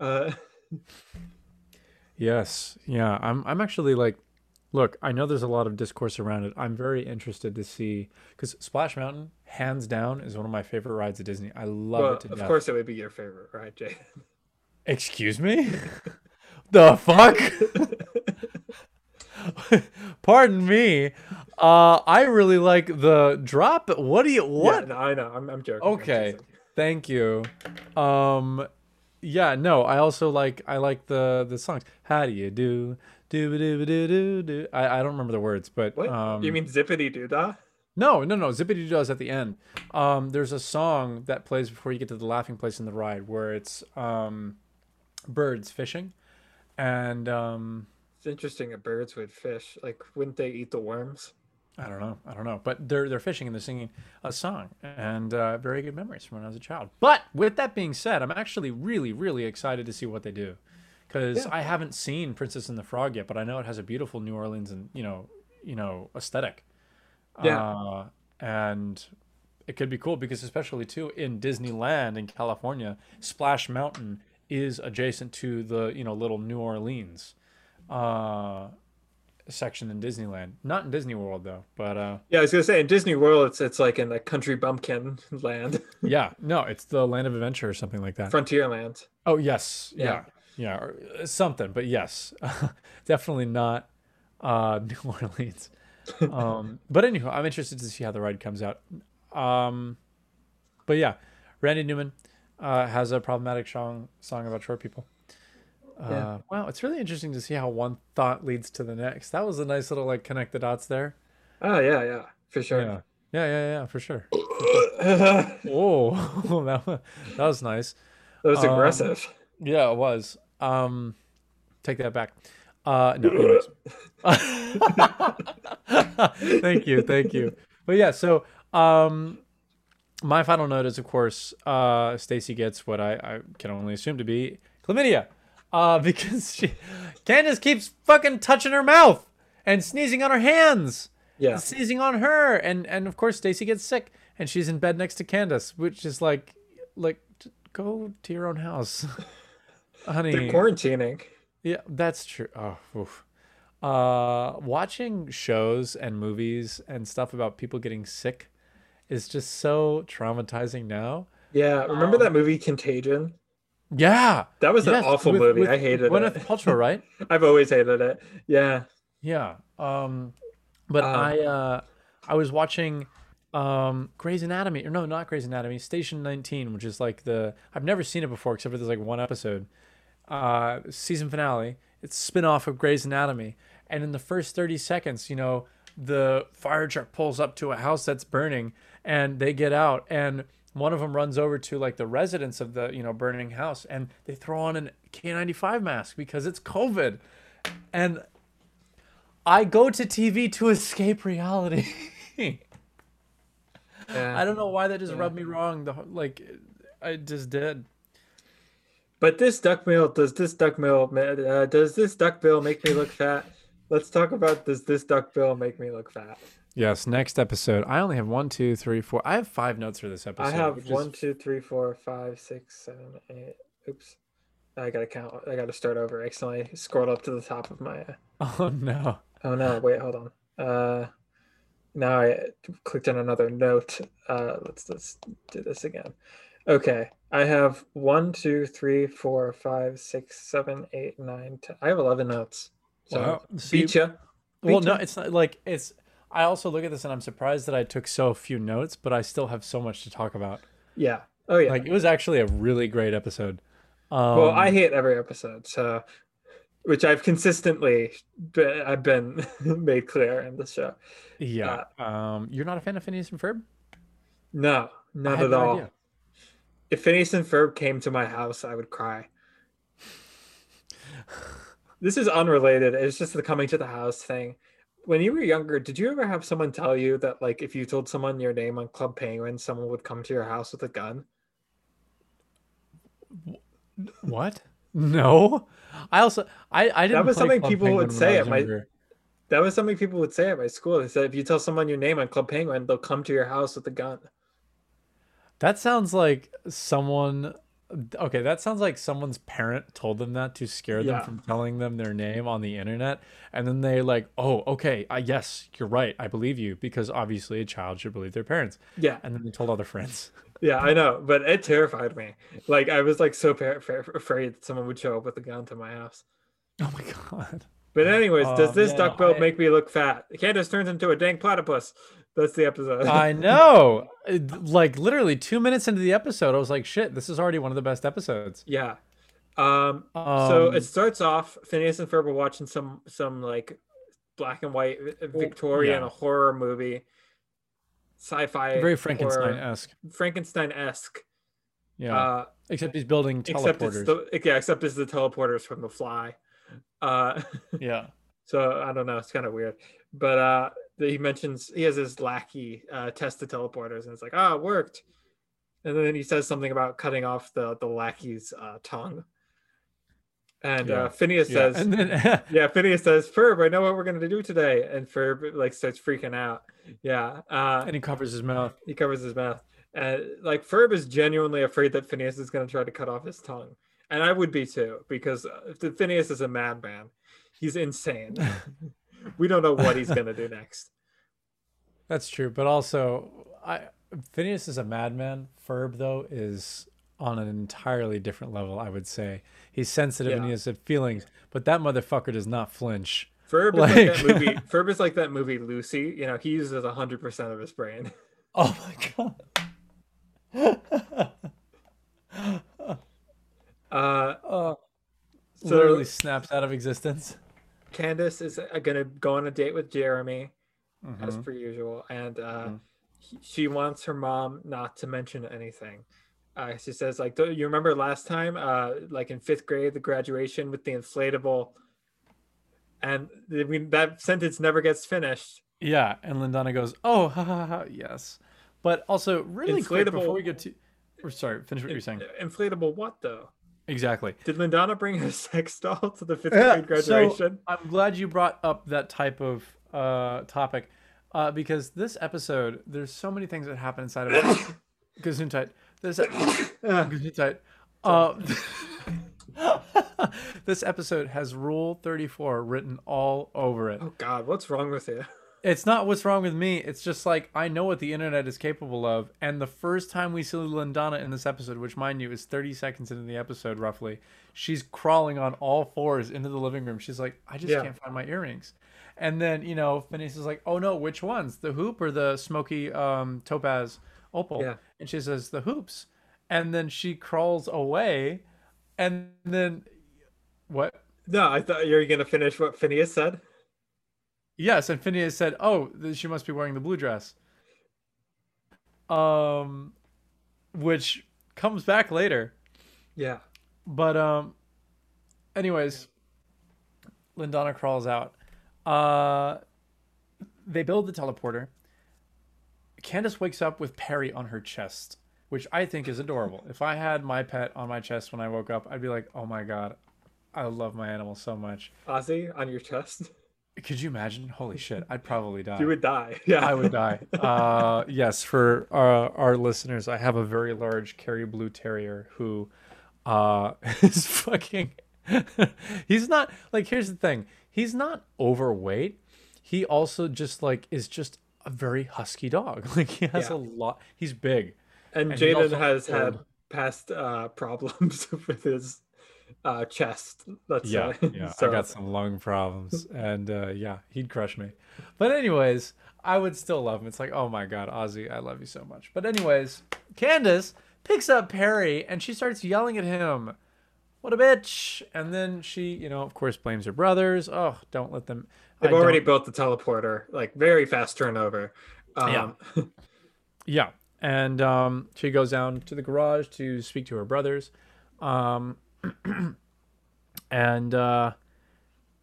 S3: Uh,
S4: Yes. Yeah. I'm I'm actually like look, I know there's a lot of discourse around it. I'm very interested to see because Splash Mountain, hands down, is one of my favorite rides at Disney. I love
S3: well,
S4: it to
S3: of
S4: death.
S3: course, it would be your favorite, right, Jay?
S4: Excuse me? the fuck? Pardon me. Uh I really like the drop. What do you what?
S3: Yeah, no, I know. I'm, I'm joking. I'm
S4: okay.
S3: teasing.
S4: Thank you. Um yeah, no, I also like I like the the songs. How do you do? Do do do do do. I I don't remember the words, but
S3: What?
S4: um
S3: you mean zippity doo dah?
S4: no, no, no. Zippity Doo is at the end. Um, there's a song that plays before you get to the laughing place in the ride where it's um, birds fishing, and um,
S3: It's interesting that birds would fish. Like, wouldn't they eat the worms?
S4: I don't know, I don't know, but they're they're fishing and they're singing a song, and uh, very good memories from when I was a child. But with that being said, I'm actually really, really excited to see what they do, because I haven't seen Princess and the Frog yet, but I know it has a beautiful New Orleans and you know, you know, aesthetic.
S3: Yeah.
S4: uh, and it could be cool because especially too in Disneyland in California, Splash Mountain is adjacent to the you know little New Orleans uh, section in Disneyland. Not in Disney World though, but uh,
S3: yeah, I was gonna say in Disney World, it's it's like in the country bumpkin land,
S4: yeah, no, it's the Land of Adventure or something like that.
S3: frontier land.
S4: Oh yes, yeah,
S3: Yeah.
S4: yeah, or uh, something. But yes, definitely not uh, New Orleans. Um, but anywho, I'm interested to see how the ride comes out. Um, but yeah, Randy Newman uh, has a problematic song song about short people. Uh,
S3: Yeah.
S4: Wow, it's really interesting to see how one thought leads to the next. That was a nice little like connect the dots there.
S3: Oh yeah, yeah, for
S4: Yeah,
S3: sure.
S4: yeah, yeah, yeah for sure. Oh, that wa- that was nice.
S3: that was
S4: Um,
S3: aggressive.
S4: Yeah, it was. Um, take that back. Uh, no. anyways. thank you, thank you. But yeah, so um, my final note is, of course, uh, Stacy gets what I, I can only assume to be chlamydia, uh, because she, Candace keeps fucking touching her mouth and sneezing on her hands
S3: Yeah,
S4: seizing on her and and of course stacy gets sick and she's in bed next to candace which is like like t- go to your own house honey
S3: they're quarantining.
S4: yeah that's true oh oof. uh watching shows and movies and stuff about people getting sick is just so traumatizing now
S3: Yeah,
S4: Oh.
S3: remember that movie Contagion?
S4: yeah
S3: That was
S4: Yes,
S3: an awful
S4: with-
S3: movie.
S4: with
S3: I hated
S4: Gwyneth
S3: it.
S4: Paltrow, right
S3: I've always hated it. Yeah,
S4: Yeah. Um, but
S3: Um,
S4: I uh, I was watching um, Grey's Anatomy, or no, not Grey's Anatomy, Station 19, which is like the I've never seen it before except for there's like one episode, uh, season finale. It's a spin-off of Grey's Anatomy, and in the first 30 seconds, you know, the fire truck pulls up to a house that's burning, and they get out and. One of them runs over to like the residents of the you know burning house, and they throw on an K95 mask because it's COVID, and I go to TV to escape reality.
S3: yeah.
S4: I don't know why that just rubbed me wrong. The wh- like, I just did.
S3: But this duckbill does this duckbill ma- uh, does this duckbill make me look fat? Let's talk about does this duckbill make me look fat?
S4: Yes. Next episode. I only have one, two, three, four. I have five notes for this episode.
S3: I have
S4: which is-
S3: one, two, three, four, five, six, seven, eight. Oops. I gotta count. I gotta start over. I accidentally scrolled up to the top of my.
S4: Oh no.
S3: Oh no! Wait, hold on. Uh, now I clicked on another note. Uh, let's let's do this again. Okay, I have one, two, three, four, five, six, seven, eight, nine, ten. I have eleven notes. So
S4: Wow. See-
S3: beat ya.
S4: Well,
S3: Beat
S4: no,
S3: ya.
S4: it's not like it's. I also look at this and I'm surprised that I took so few notes, but I still have so much to talk about.
S3: Yeah. Oh yeah.
S4: Like it was actually a really great episode. Um,
S3: well, I hate every episode, so which I've consistently been, I've been made clear in the show.
S4: Yeah.
S3: uh,
S4: um, you're not a fan of Phineas and Ferb?
S3: No, not
S4: had
S3: at
S4: no
S3: all.
S4: idea.
S3: If Phineas and Ferb came to my house, I would cry. this is unrelated. It's just the coming to the house thing. When you were younger, did you ever have someone tell you that, like, if you told someone your name on Club Penguin, someone would come to your house with a gun?
S4: What? No. I also I I didn't.
S3: was
S4: play
S3: something
S4: Club
S3: people would
S4: Penguin when
S3: say
S4: I
S3: at
S4: was
S3: my-
S4: younger.
S3: That was something people would say at my school. They said, if you tell someone your name on Club Penguin, they'll come to your house with a gun.
S4: That sounds like someone. Okay, that sounds like someone's parent told them that to scare
S3: Yeah.
S4: them from telling them their name on the internet, and then they like, oh, okay, uh, yes, you're right, I believe you, because obviously a child should believe their parents,
S3: Yeah.
S4: and then they told all their friends.
S3: Yeah, I know, but it terrified me. Like I was like so par- par- afraid that someone would show up with a gun to my house.
S4: Oh my god.
S3: But anyways, does
S4: Um,
S3: this
S4: yeah,
S3: duck build
S4: I-
S3: make me look fat? Candace turns into a dang platypus. That's the episode.
S4: I know. It- Like literally two minutes into the episode, I was like, shit, this is already one of the best episodes.
S3: yeah. Um,
S4: Um,
S3: so it starts off Phineas and Ferb are watching some some like black and white uh, Victorian
S4: Oh, yeah.
S3: horror movie, sci-fi,
S4: very
S3: horror,
S4: Frankenstein esque.
S3: Frankenstein-esque.
S4: Yeah.
S3: Uh,
S4: except he's building
S3: except it's
S4: teleporters.
S3: the yeah, except it's the teleporters from The Fly. Uh,
S4: yeah.
S3: So I don't know. It's kind of weird. But uh, the- he mentions he has his lackey uh, test the teleporters, and it's like, ah, it worked. And then he says something about cutting off the the lackey's uh, tongue. And
S4: Yeah.
S3: uh, Phineas
S4: yeah.
S3: says,
S4: And then
S3: "Yeah, Phineas says, Ferb, I know what we're gonna do today." And Ferb like starts freaking out. Yeah, uh,
S4: and he covers his mouth.
S3: he covers his mouth. And like Ferb is genuinely afraid that Phineas is gonna try to cut off his tongue, and I would be too because uh, Phineas is a madman. He's insane. we don't know what he's gonna do next.
S4: That's true, but also, I Phineas is a madman. Ferb though is on an entirely different level. I would say he's sensitive and
S3: Yeah.
S4: he has feelings, but that motherfucker does not flinch.
S3: Ferb is like, that
S4: Like-
S3: movie. Ferb is like that movie Lucy. You know, he uses hundred percent of his brain.
S4: Oh my god!
S3: Uh, so
S4: Literally snaps out of existence.
S3: Candace is uh, gonna go on a date with Jeremy,
S4: Mm-hmm.
S3: as per usual, and uh, he- she wants her mom not to mention anything. Uh, she says, like, "Don't- you remember last time, uh, like in fifth grade, the graduation with the inflatable, and I mean, that sentence never gets finished.
S4: Yeah, and Lindana goes, "Oh, ha ha ha, yes." But also, really quick
S3: Inflatable-
S4: before we get to, or sorry, finish what you're saying.
S3: Inflatable, what though?
S4: Exactly.
S3: Did Lindana bring her sex doll to the fifth grade graduation?
S4: So I'm glad you brought up that type of uh, topic uh, because this episode, there's so many things that happen inside of it. Gesundheit. This, e-, Gesundheit. Uh, this episode has Rule 34 written all over it.
S3: oh God, what's wrong with you?
S4: It's not what's wrong with me. It's just like I know what the internet is capable of. And the first time we see Lindana in this episode, which mind you is 30 seconds into the episode roughly, she's crawling on all fours into the living room. She's like, I just
S3: Yeah.
S4: can't find my earrings. And then, you know, Phineas is like, Oh no, which ones? The hoop or the smoky um, topaz opal?
S3: Yeah.
S4: And she says, The hoops. And then she crawls away. And then, what?
S3: No, I thought you were gonna finish what Phineas said.
S4: Yes, and Phineas said, "Oh, th- she must be wearing the blue dress." Um, which comes back later,
S3: Yeah.
S4: but um, anyways, Lindana crawls out. Uh, they build the teleporter. Candace wakes up with Perry on her chest, which I think is adorable. if I had my pet on my chest when I woke up, I'd be like, "Oh my god, I love my animal so much."
S3: Ozzy on your chest.
S4: Could you imagine? Holy shit, I'd probably die.
S3: You would die. Yeah.
S4: I would die. Uh, yes, for our, our listeners, I have a very large Kerry Blue Terrier who uh, is fucking. he's not like. Here's the thing. He's not overweight. He also just like is just a very husky dog. Like he has
S3: Yeah.
S4: a lot. He's big.
S3: And
S4: and he's
S3: Jaden
S4: also
S3: has had
S4: old.
S3: past uh, problems with his uh, chest. Let's
S4: yeah,
S3: say.
S4: yeah.
S3: uh, So,
S4: I got some lung problems, and uh, yeah, he'd crush me. But anyways, I would still love him. It's like, oh my god, Ozzy, I love you so much. But anyways, Candace picks up Perry and she starts yelling at him. what a bitch. And then she, you know, of course, blames her brothers. Oh, don't let them.
S3: They've
S4: I don't-
S3: already built the teleporter, like very fast turnover. Um,
S4: Yeah. Yeah. And um, she goes down to the garage to speak to her brothers. Um, and uh,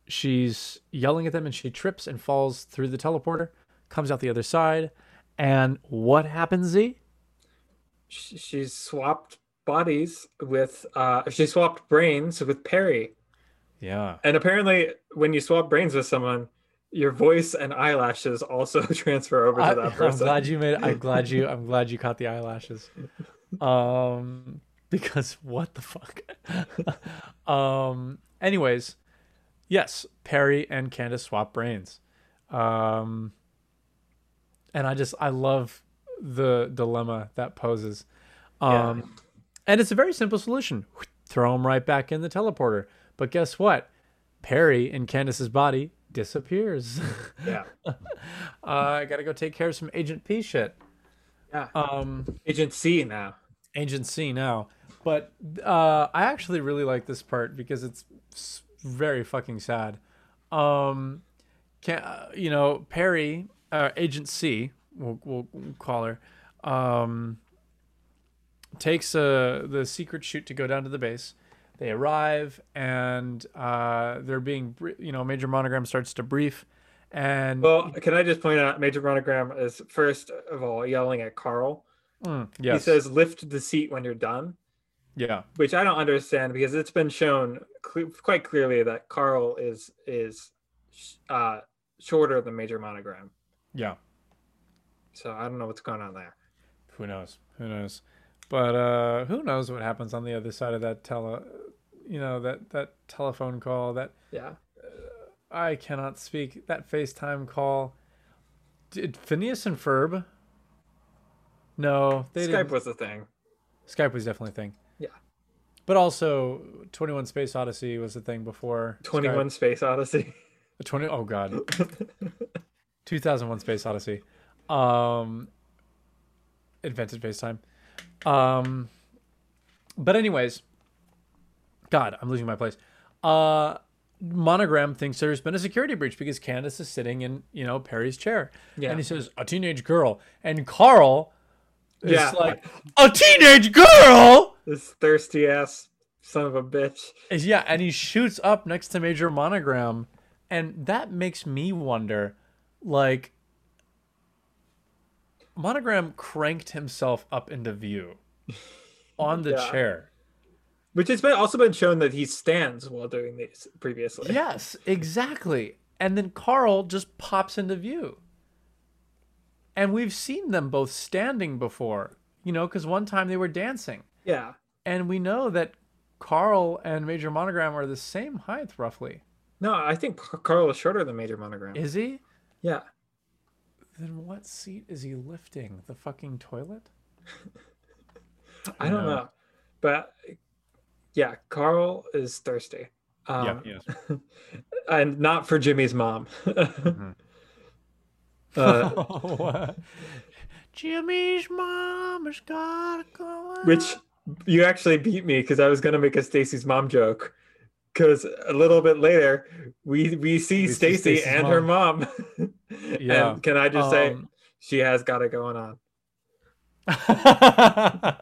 S4: she's yelling at them and she trips and falls through the teleporter, comes out the other side. And what happens, Z?
S3: sh- she swapped bodies with uh she swapped brains with Perry.
S4: Yeah.
S3: And apparently when you swap brains with someone, your voice and eyelashes also transfer over
S4: I,
S3: to that
S4: am
S3: person.
S4: glad you made. I'm glad you. I'm glad you caught the eyelashes. Um, because what the fuck? um. Anyways, yes, Perry and Candace swap brains. Um. And I just I love the dilemma that poses. Um, and it's a very simple solution. Throw him right back in the teleporter. But guess what? Perry in Candace's body disappears.
S3: yeah.
S4: Uh, I gotta go take care of some Agent P shit.
S3: Yeah.
S4: Um,
S3: Agent C now.
S4: Agent C now, but uh, I actually really like this part because it's s- very fucking sad. Um, can uh, you know Perry, uh, Agent C, we'll, we'll call her, um, takes uh, the secret chute to go down to the base. They arrive and uh, they're being, br- you know, Major Monogram starts to brief, and
S3: Well, can I just point out Major Monogram is first of all yelling at Carl.
S4: Mm, yes,
S3: He says lift the seat when you're done,
S4: yeah.
S3: which I don't understand because it's been shown cle quite clearly that Carl is is sh- uh shorter than Major Monogram.
S4: Yeah.
S3: So I don't know what's going on there.
S4: Who knows? Who knows? But uh, who knows what happens on the other side of that tele, you know that that telephone call, that
S3: Yeah.
S4: I cannot speak, that FaceTime call. Did Phineas and Ferb? No, they
S3: Skype
S4: didn't.
S3: was the thing.
S4: Skype was definitely a thing.
S3: Yeah.
S4: But also, Twenty One Space Odyssey was a thing before. Skype.
S3: 21 Space Odyssey.
S4: The 20 oh god 2001 space odyssey um invented facetime um but anyways god i'm losing my place uh monogram thinks there's been a security breach because candace is sitting in you know perry's chair
S3: Yeah.
S4: and he says a teenage girl and carl is
S3: Yeah.
S4: like a teenage girl
S3: This thirsty ass son of a bitch.
S4: is- Yeah, and he shoots up next to Major Monogram, and that makes me wonder, like, Monogram cranked himself up into view on the
S3: Yeah.
S4: chair.
S3: Which has been also been shown that he stands while doing these previously.
S4: Yes, exactly. And then Carl just pops into view. And we've seen them both standing before, you know, because one time they were dancing.
S3: Yeah.
S4: And we know that Carl and Major Monogram are the same height, roughly.
S3: No, I think P- Carl is shorter than Major Monogram.
S4: Is he?
S3: yeah.
S4: Then what seat is he lifting? The fucking toilet?
S3: I don't
S4: No.
S3: know. But yeah, Carl is thirsty. Um,
S4: Yes.
S3: And not for Jimmy's mom.
S4: Mm-hmm.
S3: uh,
S4: Jimmy's mom has got to go. out.
S3: which you actually beat me because I was gonna make a Stacy's mom joke. Because a little bit later, we we see
S4: see
S3: Stacy
S4: Stacy's
S3: and her mom.
S4: Yeah.
S3: And can I just say
S4: Um,
S3: she has got it going on?
S4: oh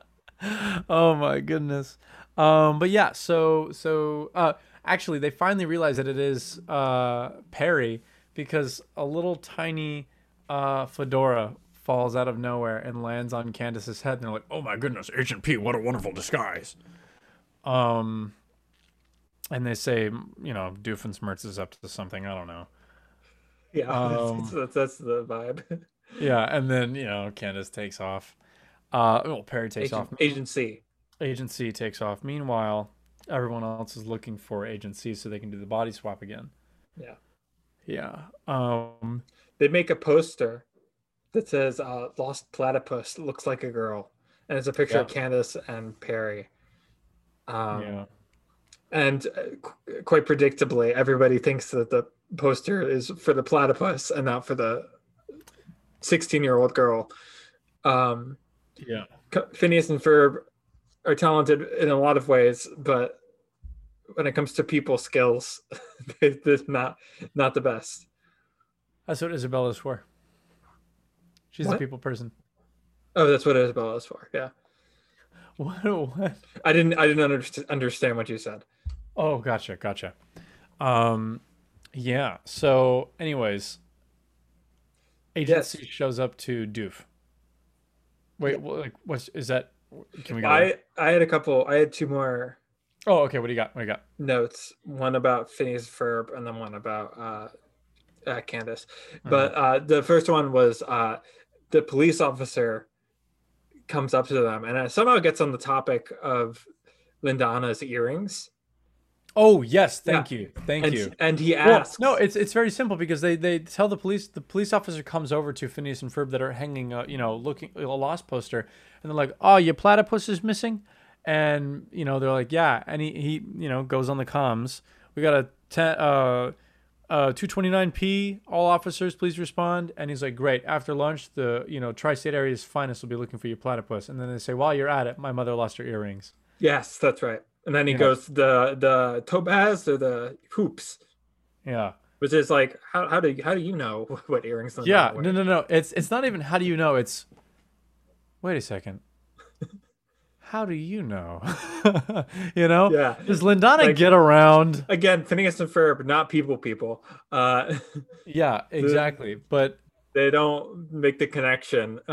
S4: my goodness. Um, but yeah, so so uh, actually, they finally realize that it is uh, Perry because a little tiny uh, fedora falls out of nowhere and lands on Candace's head, and they're like, "Oh my goodness, Agent P, what a wonderful disguise." Um, and they say, you know, Doofenshmirtz is up to something. I don't know.
S3: Yeah,
S4: Um,
S3: that's, that's the vibe.
S4: Yeah, and then you know, Candace takes off. Uh, well, Perry takes off.
S3: Agent, agency.
S4: agency takes off. Meanwhile, everyone else is looking for agency so they can do the body swap again.
S3: Yeah.
S4: Yeah. Um
S3: They make a poster that says uh, "Lost Platypus looks like a girl," and it's a picture of Candace and Perry. Um,
S4: yeah.
S3: and uh, qu- quite predictably everybody thinks that the poster is for the platypus and not for the 16 year old girl um
S4: Yeah.
S3: C- phineas and ferb are talented in a lot of ways but when it comes to people skills, it's not not the best.
S4: That's what Isabella's for. She's a
S3: What?
S4: people person.
S3: Oh, that's what Isabella is for. Yeah,
S4: What? What?
S3: I didn't I didn't underst- understand what you said.
S4: Oh, gotcha, gotcha. Um, yeah. So, anyways, agency shows up to Doof. Wait, wha- like, what's is that? Can we? Go there?
S3: I I had a couple. I had two more
S4: oh, okay. What do you got? What do you got?
S3: notes. One about Phineas Ferb, and then one about uh, uh, Candace.
S4: Mm-hmm.
S3: But uh, the first one was uh, the police officer comes up to them and uh, somehow gets on the topic of Lindana's earrings.
S4: Oh, yes. Thank you. Thank
S3: and,
S4: you.
S3: And he
S4: Well,
S3: asks,
S4: no, it's it's very simple because they they tell the police the police officer comes over to Phineas and Ferb that are hanging uh, you know looking a lost poster and they're like oh your platypus is missing and you know they're like yeah and he, he you know goes on the comms we got a ten, uh uh 229p all officers please respond and he's like great after lunch the you know tri-state area's finest will be looking for your platypus and then they say while you're at it my mother lost her earrings
S3: "Yes, that's right." And then he goes the the topaz or the hoops,
S4: yeah
S3: which is like, how, how do you, how do you know what earrings? Lindana
S4: Yeah,
S3: wears?
S4: no, no, no. It's it's not even how do you know? It's wait a second. How do you know? you know?
S3: Yeah.
S4: Does Lindana
S3: Like-
S4: get around?
S3: Again, Phineas and Ferb, not people, people. Uh,
S4: Yeah, exactly. But
S3: they don't make the connection.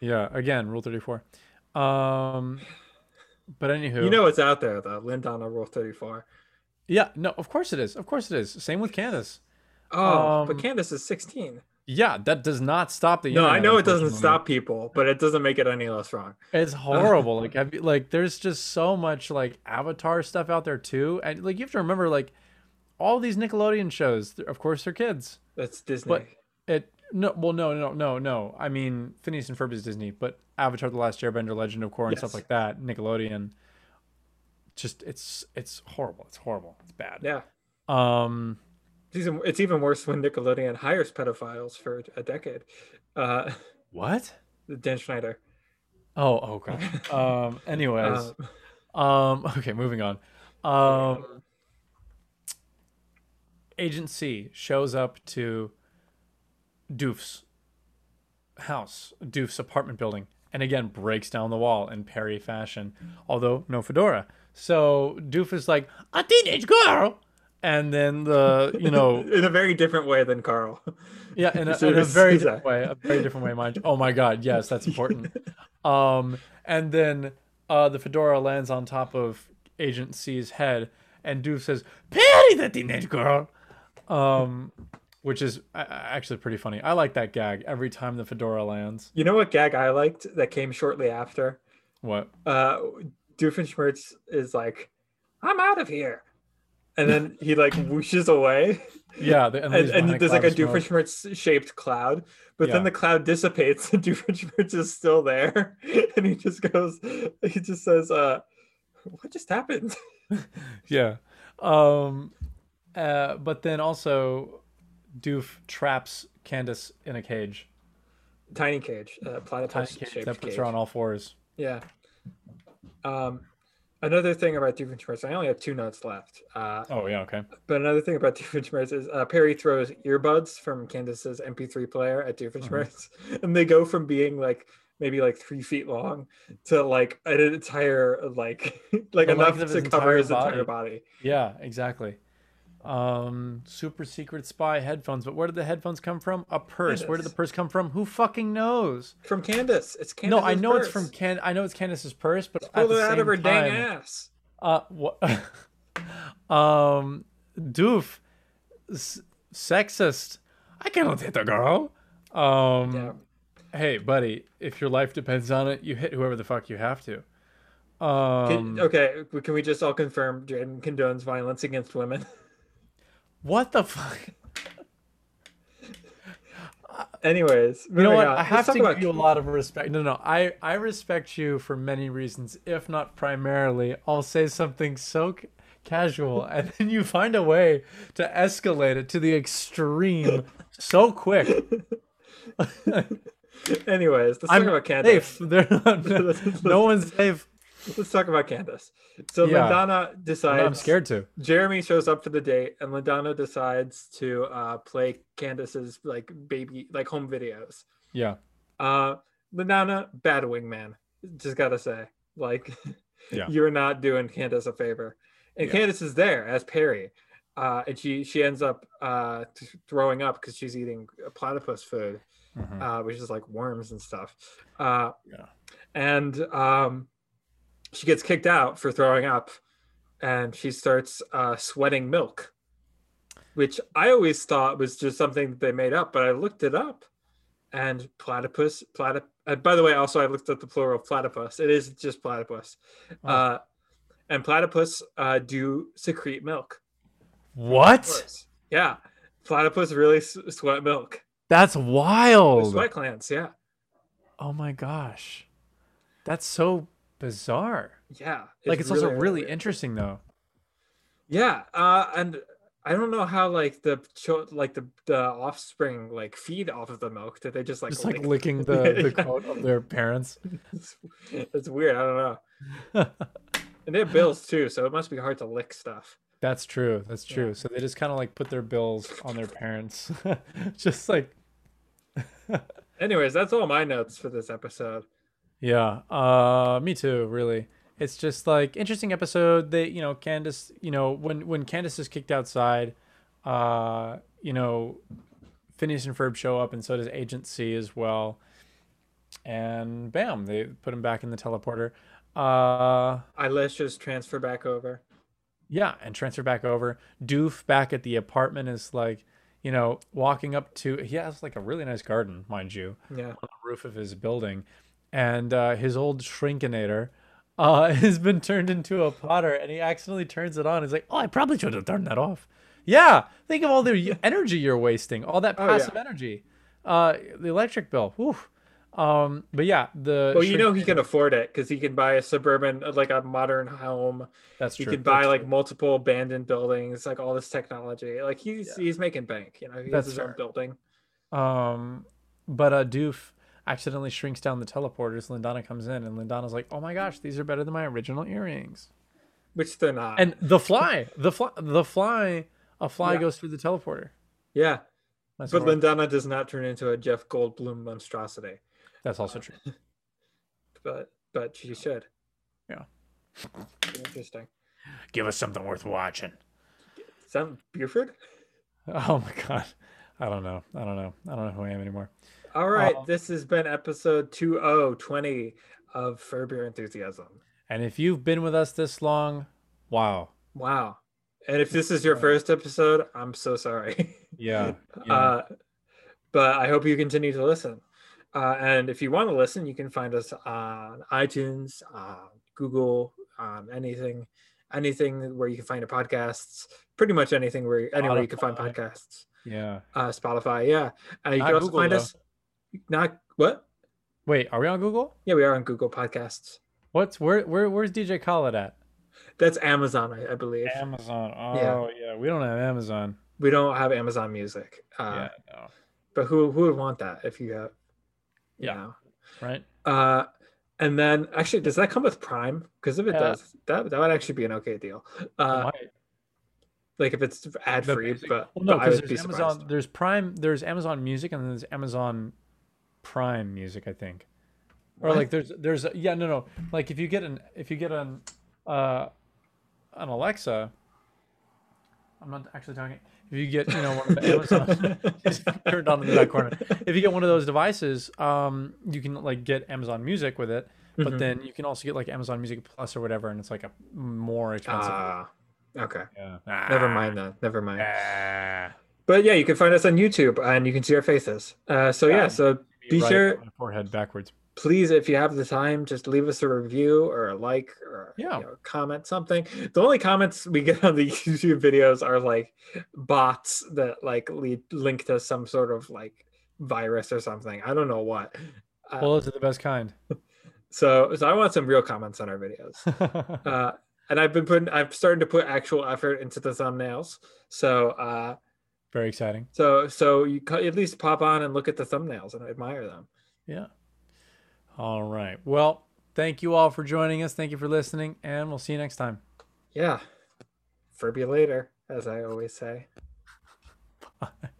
S4: yeah, again, rule thirty four. Um but anywho
S3: You know it's out there though. Lindana Rule Thirty Four.
S4: Yeah, no, of course it is. Of course it is. Same with Candace.
S3: Oh,
S4: Um,
S3: but Candace is sixteen.
S4: Yeah, that does not stop the
S3: No, I
S4: internet,
S3: know it doesn't
S4: unfortunately.
S3: stop people, but it doesn't make it any less wrong.
S4: It's horrible. like have you, like there's just so much like Avatar stuff out there too, and like you have to remember like all these Nickelodeon shows. th- Of course, they're kids.
S3: That's Disney.
S4: But it no well no no no no. I mean Phineas and Ferb is Disney, but Avatar: The Last Airbender, Legend of Korra, and stuff
S3: Yes.
S4: like that, Nickelodeon. Just it's it's horrible. It's horrible. It's bad.
S3: yeah,
S4: Um.
S3: it's even, it's even worse when Nickelodeon hires pedophiles for a decade. Uh,
S4: What?
S3: Dan Schneider.
S4: Oh oh god. um. Anyways.
S3: Uh,
S4: Um, okay, moving on. Um, Agent C shows up to Doof's house, Doof's apartment building, and again breaks down the wall in Perry fashion, although no fedora. So Doof is like, a teenage girl! And then the, you know,
S3: in a very different way than Carl.
S4: yeah, in a,
S3: So
S4: in a
S3: it's-
S4: very
S3: it's
S4: different
S3: a-
S4: way, a very different way, mind. you. Oh my God, yes, that's important. um, and then uh, the fedora lands on top of Agent C's head, and Doof says, "Pity the teenage girl," um, which is uh, actually pretty funny. I like that gag every time the fedora lands.
S3: You know what gag I liked that came shortly after?
S4: What?
S3: Uh, Doofenshmirtz is like, "I'm out of here," and then he like whooshes away.
S4: Yeah, the,
S3: and,
S4: and, leaves
S3: and
S4: behind
S3: there's like
S4: cloud
S3: a
S4: of smoke.
S3: Doofenshmirtz shaped cloud, but
S4: Yeah.
S3: then the cloud dissipates and Doofenshmirtz is still there, and he just goes, he just says, uh, "What just happened?"
S4: Yeah. Um uh but then also Doof traps Candace in a cage.
S3: Tiny cage, uh,
S4: Tiny
S3: platypus
S4: cage
S3: shaped
S4: that
S3: cage.
S4: puts her on all fours.
S3: Yeah. Um, another thing about Doofenshmirtz, I only have two notes left. Uh,
S4: Oh yeah, okay.
S3: but another thing about Doofenshmirtz is uh, Perry throws earbuds from Candace's MP3 player at Doofenshmirtz,
S4: Mm-hmm.
S3: and they go from being like maybe like three feet long to like an entire like like
S4: The
S3: enough
S4: length of
S3: to
S4: his
S3: cover
S4: entire
S3: his entire
S4: body.
S3: body.
S4: Yeah, exactly. Um, super secret spy headphones. But where did the headphones come from? A purse. Where did the
S3: Candace.
S4: purse come from? Who fucking knows?
S3: From Candace, it's Candace.
S4: no, I know it's from Can. I know it's Candace's purse, but at
S3: pulled
S4: the
S3: it out
S4: same
S3: of her
S4: time,
S3: dang ass.
S4: uh, what? um, doof, s- sexist. I cannot hit a girl. Um,
S3: Yeah.
S4: hey, buddy, if your life depends on it, you hit whoever the fuck you have to.
S3: Can-
S4: Um,
S3: okay, we- can we just all confirm Jaden condones violence against women?
S4: what the fuck?
S3: Anyways,
S4: You know
S3: moving
S4: what?
S3: on.
S4: I
S3: Let's
S4: have
S3: talk
S4: to
S3: about
S4: give you a lot of respect. No, no, I I respect you for many reasons, if not primarily. I'll say something so ca- casual, and then you find a way to escalate it to the extreme so quick.
S3: Anyways, let's talk about Candace.
S4: safe. They're not, no one's safe.
S3: Let's talk about Candace. So
S4: Yeah.
S3: Lindana decides.
S4: No, I'm scared to.
S3: Jeremy shows up for the date, and Lindana decides to uh, play Candace's like baby, like home videos.
S4: Yeah.
S3: Uh, Lindana, bad wingman. Just gotta say, like,
S4: Yeah.
S3: you're not doing Candace a favor. And
S4: Yeah.
S3: Candace is there as Perry, uh, and she she ends up uh, th- throwing up because she's eating platypus food,
S4: Mhm.
S3: uh, which is like worms and stuff. Uh,
S4: Yeah.
S3: And um, she gets kicked out for throwing up, and she starts uh, sweating milk, which I always thought was just something that they made up. But I looked it up, and platypus platyp. Uh, by the way, also I looked up the plural of platypus. It is just platypus,
S4: Oh.
S3: uh, and platypus uh, do secrete milk.
S4: What?
S3: Yeah, platypus really s- sweat milk.
S4: That's
S3: They
S4: wild.
S3: Sweat glands. Yeah,
S4: Oh my gosh. That's so bizarre.
S3: yeah.
S4: like it's also really
S3: weird.
S4: interesting though.
S3: Yeah, uh, and I don't know how like the cho- like the, the offspring like feed off of the milk. Did they just like
S4: Just like
S3: lick-
S4: licking the, the
S3: Yeah.
S4: coat of their parents.
S3: It's, it's weird. I don't know. And they have bills too, so it must be hard to lick stuff.
S4: That's true. That's true. So they just kind of like put their bills on their parents. just like
S3: Anyways, that's all my notes for this episode.
S4: Yeah. Uh me too, really. It's just like interesting episode. They you know, Candace, you know, when when Candace is kicked outside, uh, you know, Phineas and Ferb show up and so does Agent C as well. And bam, they put him back in the teleporter. Uh
S3: Eilish's transfer back over.
S4: yeah, and transfer back over. Doof back at the apartment is like, you know, walking up to he has like a really nice garden, mind you
S3: Yeah,
S4: the roof of his building, and uh, his old shrinkinator uh, has been turned into a potter, and he accidentally turns it on. He's like, "Oh, I probably should have turned that off." Yeah, think of all the energy you're wasting, all that
S3: Oh, yeah.
S4: passive energy, uh, the electric bill. Whew. Um, but yeah, the
S3: well, you know he
S4: shrink-
S3: can afford it because he can buy a suburban, uh, like a modern home.
S4: that's
S3: He
S4: true.
S3: can buy
S4: That's
S3: like
S4: true.
S3: multiple abandoned buildings, like all this technology. Like he's he's making bank. You know, he has
S4: That's
S3: his
S4: fair.
S3: own building.
S4: Um, but uh, Doof accidentally shrinks down the teleporters. Lindana comes in, and Lindana's like, "Oh my gosh, these are better than my original earrings."
S3: Which they're not.
S4: And the fly, the fly, the fly, a fly
S3: Yeah.
S4: goes through the teleporter.
S3: yeah,
S4: That's,
S3: But
S4: what-
S3: Lindana does not turn into a Jeff Goldblum monstrosity,
S4: that's also true.
S3: but but she should.
S4: Yeah.
S3: Interesting.
S4: Give us something worth watching.
S3: Sam Buford.
S4: Oh my god, I don't know. I don't know. I don't know who I am anymore.
S3: All right,
S4: Um,
S3: this has been episode 2020 of Fur Bear Enthusiasm.
S4: And if you've been with us this long, wow.
S3: Wow. And if this is your first episode, I'm so sorry.
S4: Yeah.
S3: Uh, but I hope you continue to listen. Uh, and if you want to listen, you can find us on iTunes, uh, Google, um, anything, anything where you can find a podcasts. Pretty much anything where anywhere you can find
S4: Spotify.
S3: podcasts.
S4: yeah.
S3: Uh, Spotify, yeah. Uh, you
S4: Not
S3: can also
S4: Google,
S3: find
S4: though.
S3: us. Not what?
S4: Wait, are we on Google?
S3: Yeah, we are on Google Podcasts.
S4: What's where? Where? Where's DJ Khaled at?
S3: That's Amazon, I, I believe.
S4: Amazon.
S3: Oh,
S4: yeah. We don't have Amazon.
S3: we don't have Amazon Music. Uh, But who who would want that if you have? you
S4: Yeah.
S3: know?
S4: Right.
S3: Uh, and then actually, does that come with Prime? Because if it
S4: Yeah.
S3: does, that that would actually be an okay deal. Uh, like if it's ad
S4: The
S3: free,
S4: basic-
S3: but,
S4: Well, no,
S3: but I
S4: because
S3: would be
S4: there's
S3: surprised.
S4: Amazon. There's Prime. There's Amazon Music, and then there's Amazon Prime Music. I think, or
S3: What?
S4: like there's there's yeah no no like if you get an if you get an uh an Alexa. I'm not actually talking. If you get you know one of the Amazon just turned on in the back corner. If you get one of those devices, um, you can like get Amazon Music with it. But
S3: Mhm.
S4: then you can also get like Amazon Music Plus or whatever, and it's like a more expensive.
S3: Ah, okay.
S4: yeah.
S3: Never mind then. Never mind.
S4: Ah.
S3: But yeah, you can find us on YouTube and you can see our faces. Uh, so yeah,
S4: Yeah.
S3: so be
S4: Right,
S3: sure,
S4: my forehead backwards.
S3: please, if you have the time, just leave us a review or a like or you
S4: Yeah.
S3: know, comment something. The only comments we get on the YouTube videos are like bots that like lead, link to some sort of like virus or something. I don't know what. Uh,
S4: Well, those are the best kind.
S3: so, so I want some real comments on our videos. uh, and I've been putting, I've started to put actual effort into the thumbnails. So, uh,
S4: Very exciting.
S3: So so you co- at least pop on and look at the thumbnails and admire them.
S4: Yeah. All right. Well, Thank you all for joining us. Thank you for listening, and we'll see you next time.
S3: Yeah. Furby later, as I always say.
S4: Bye.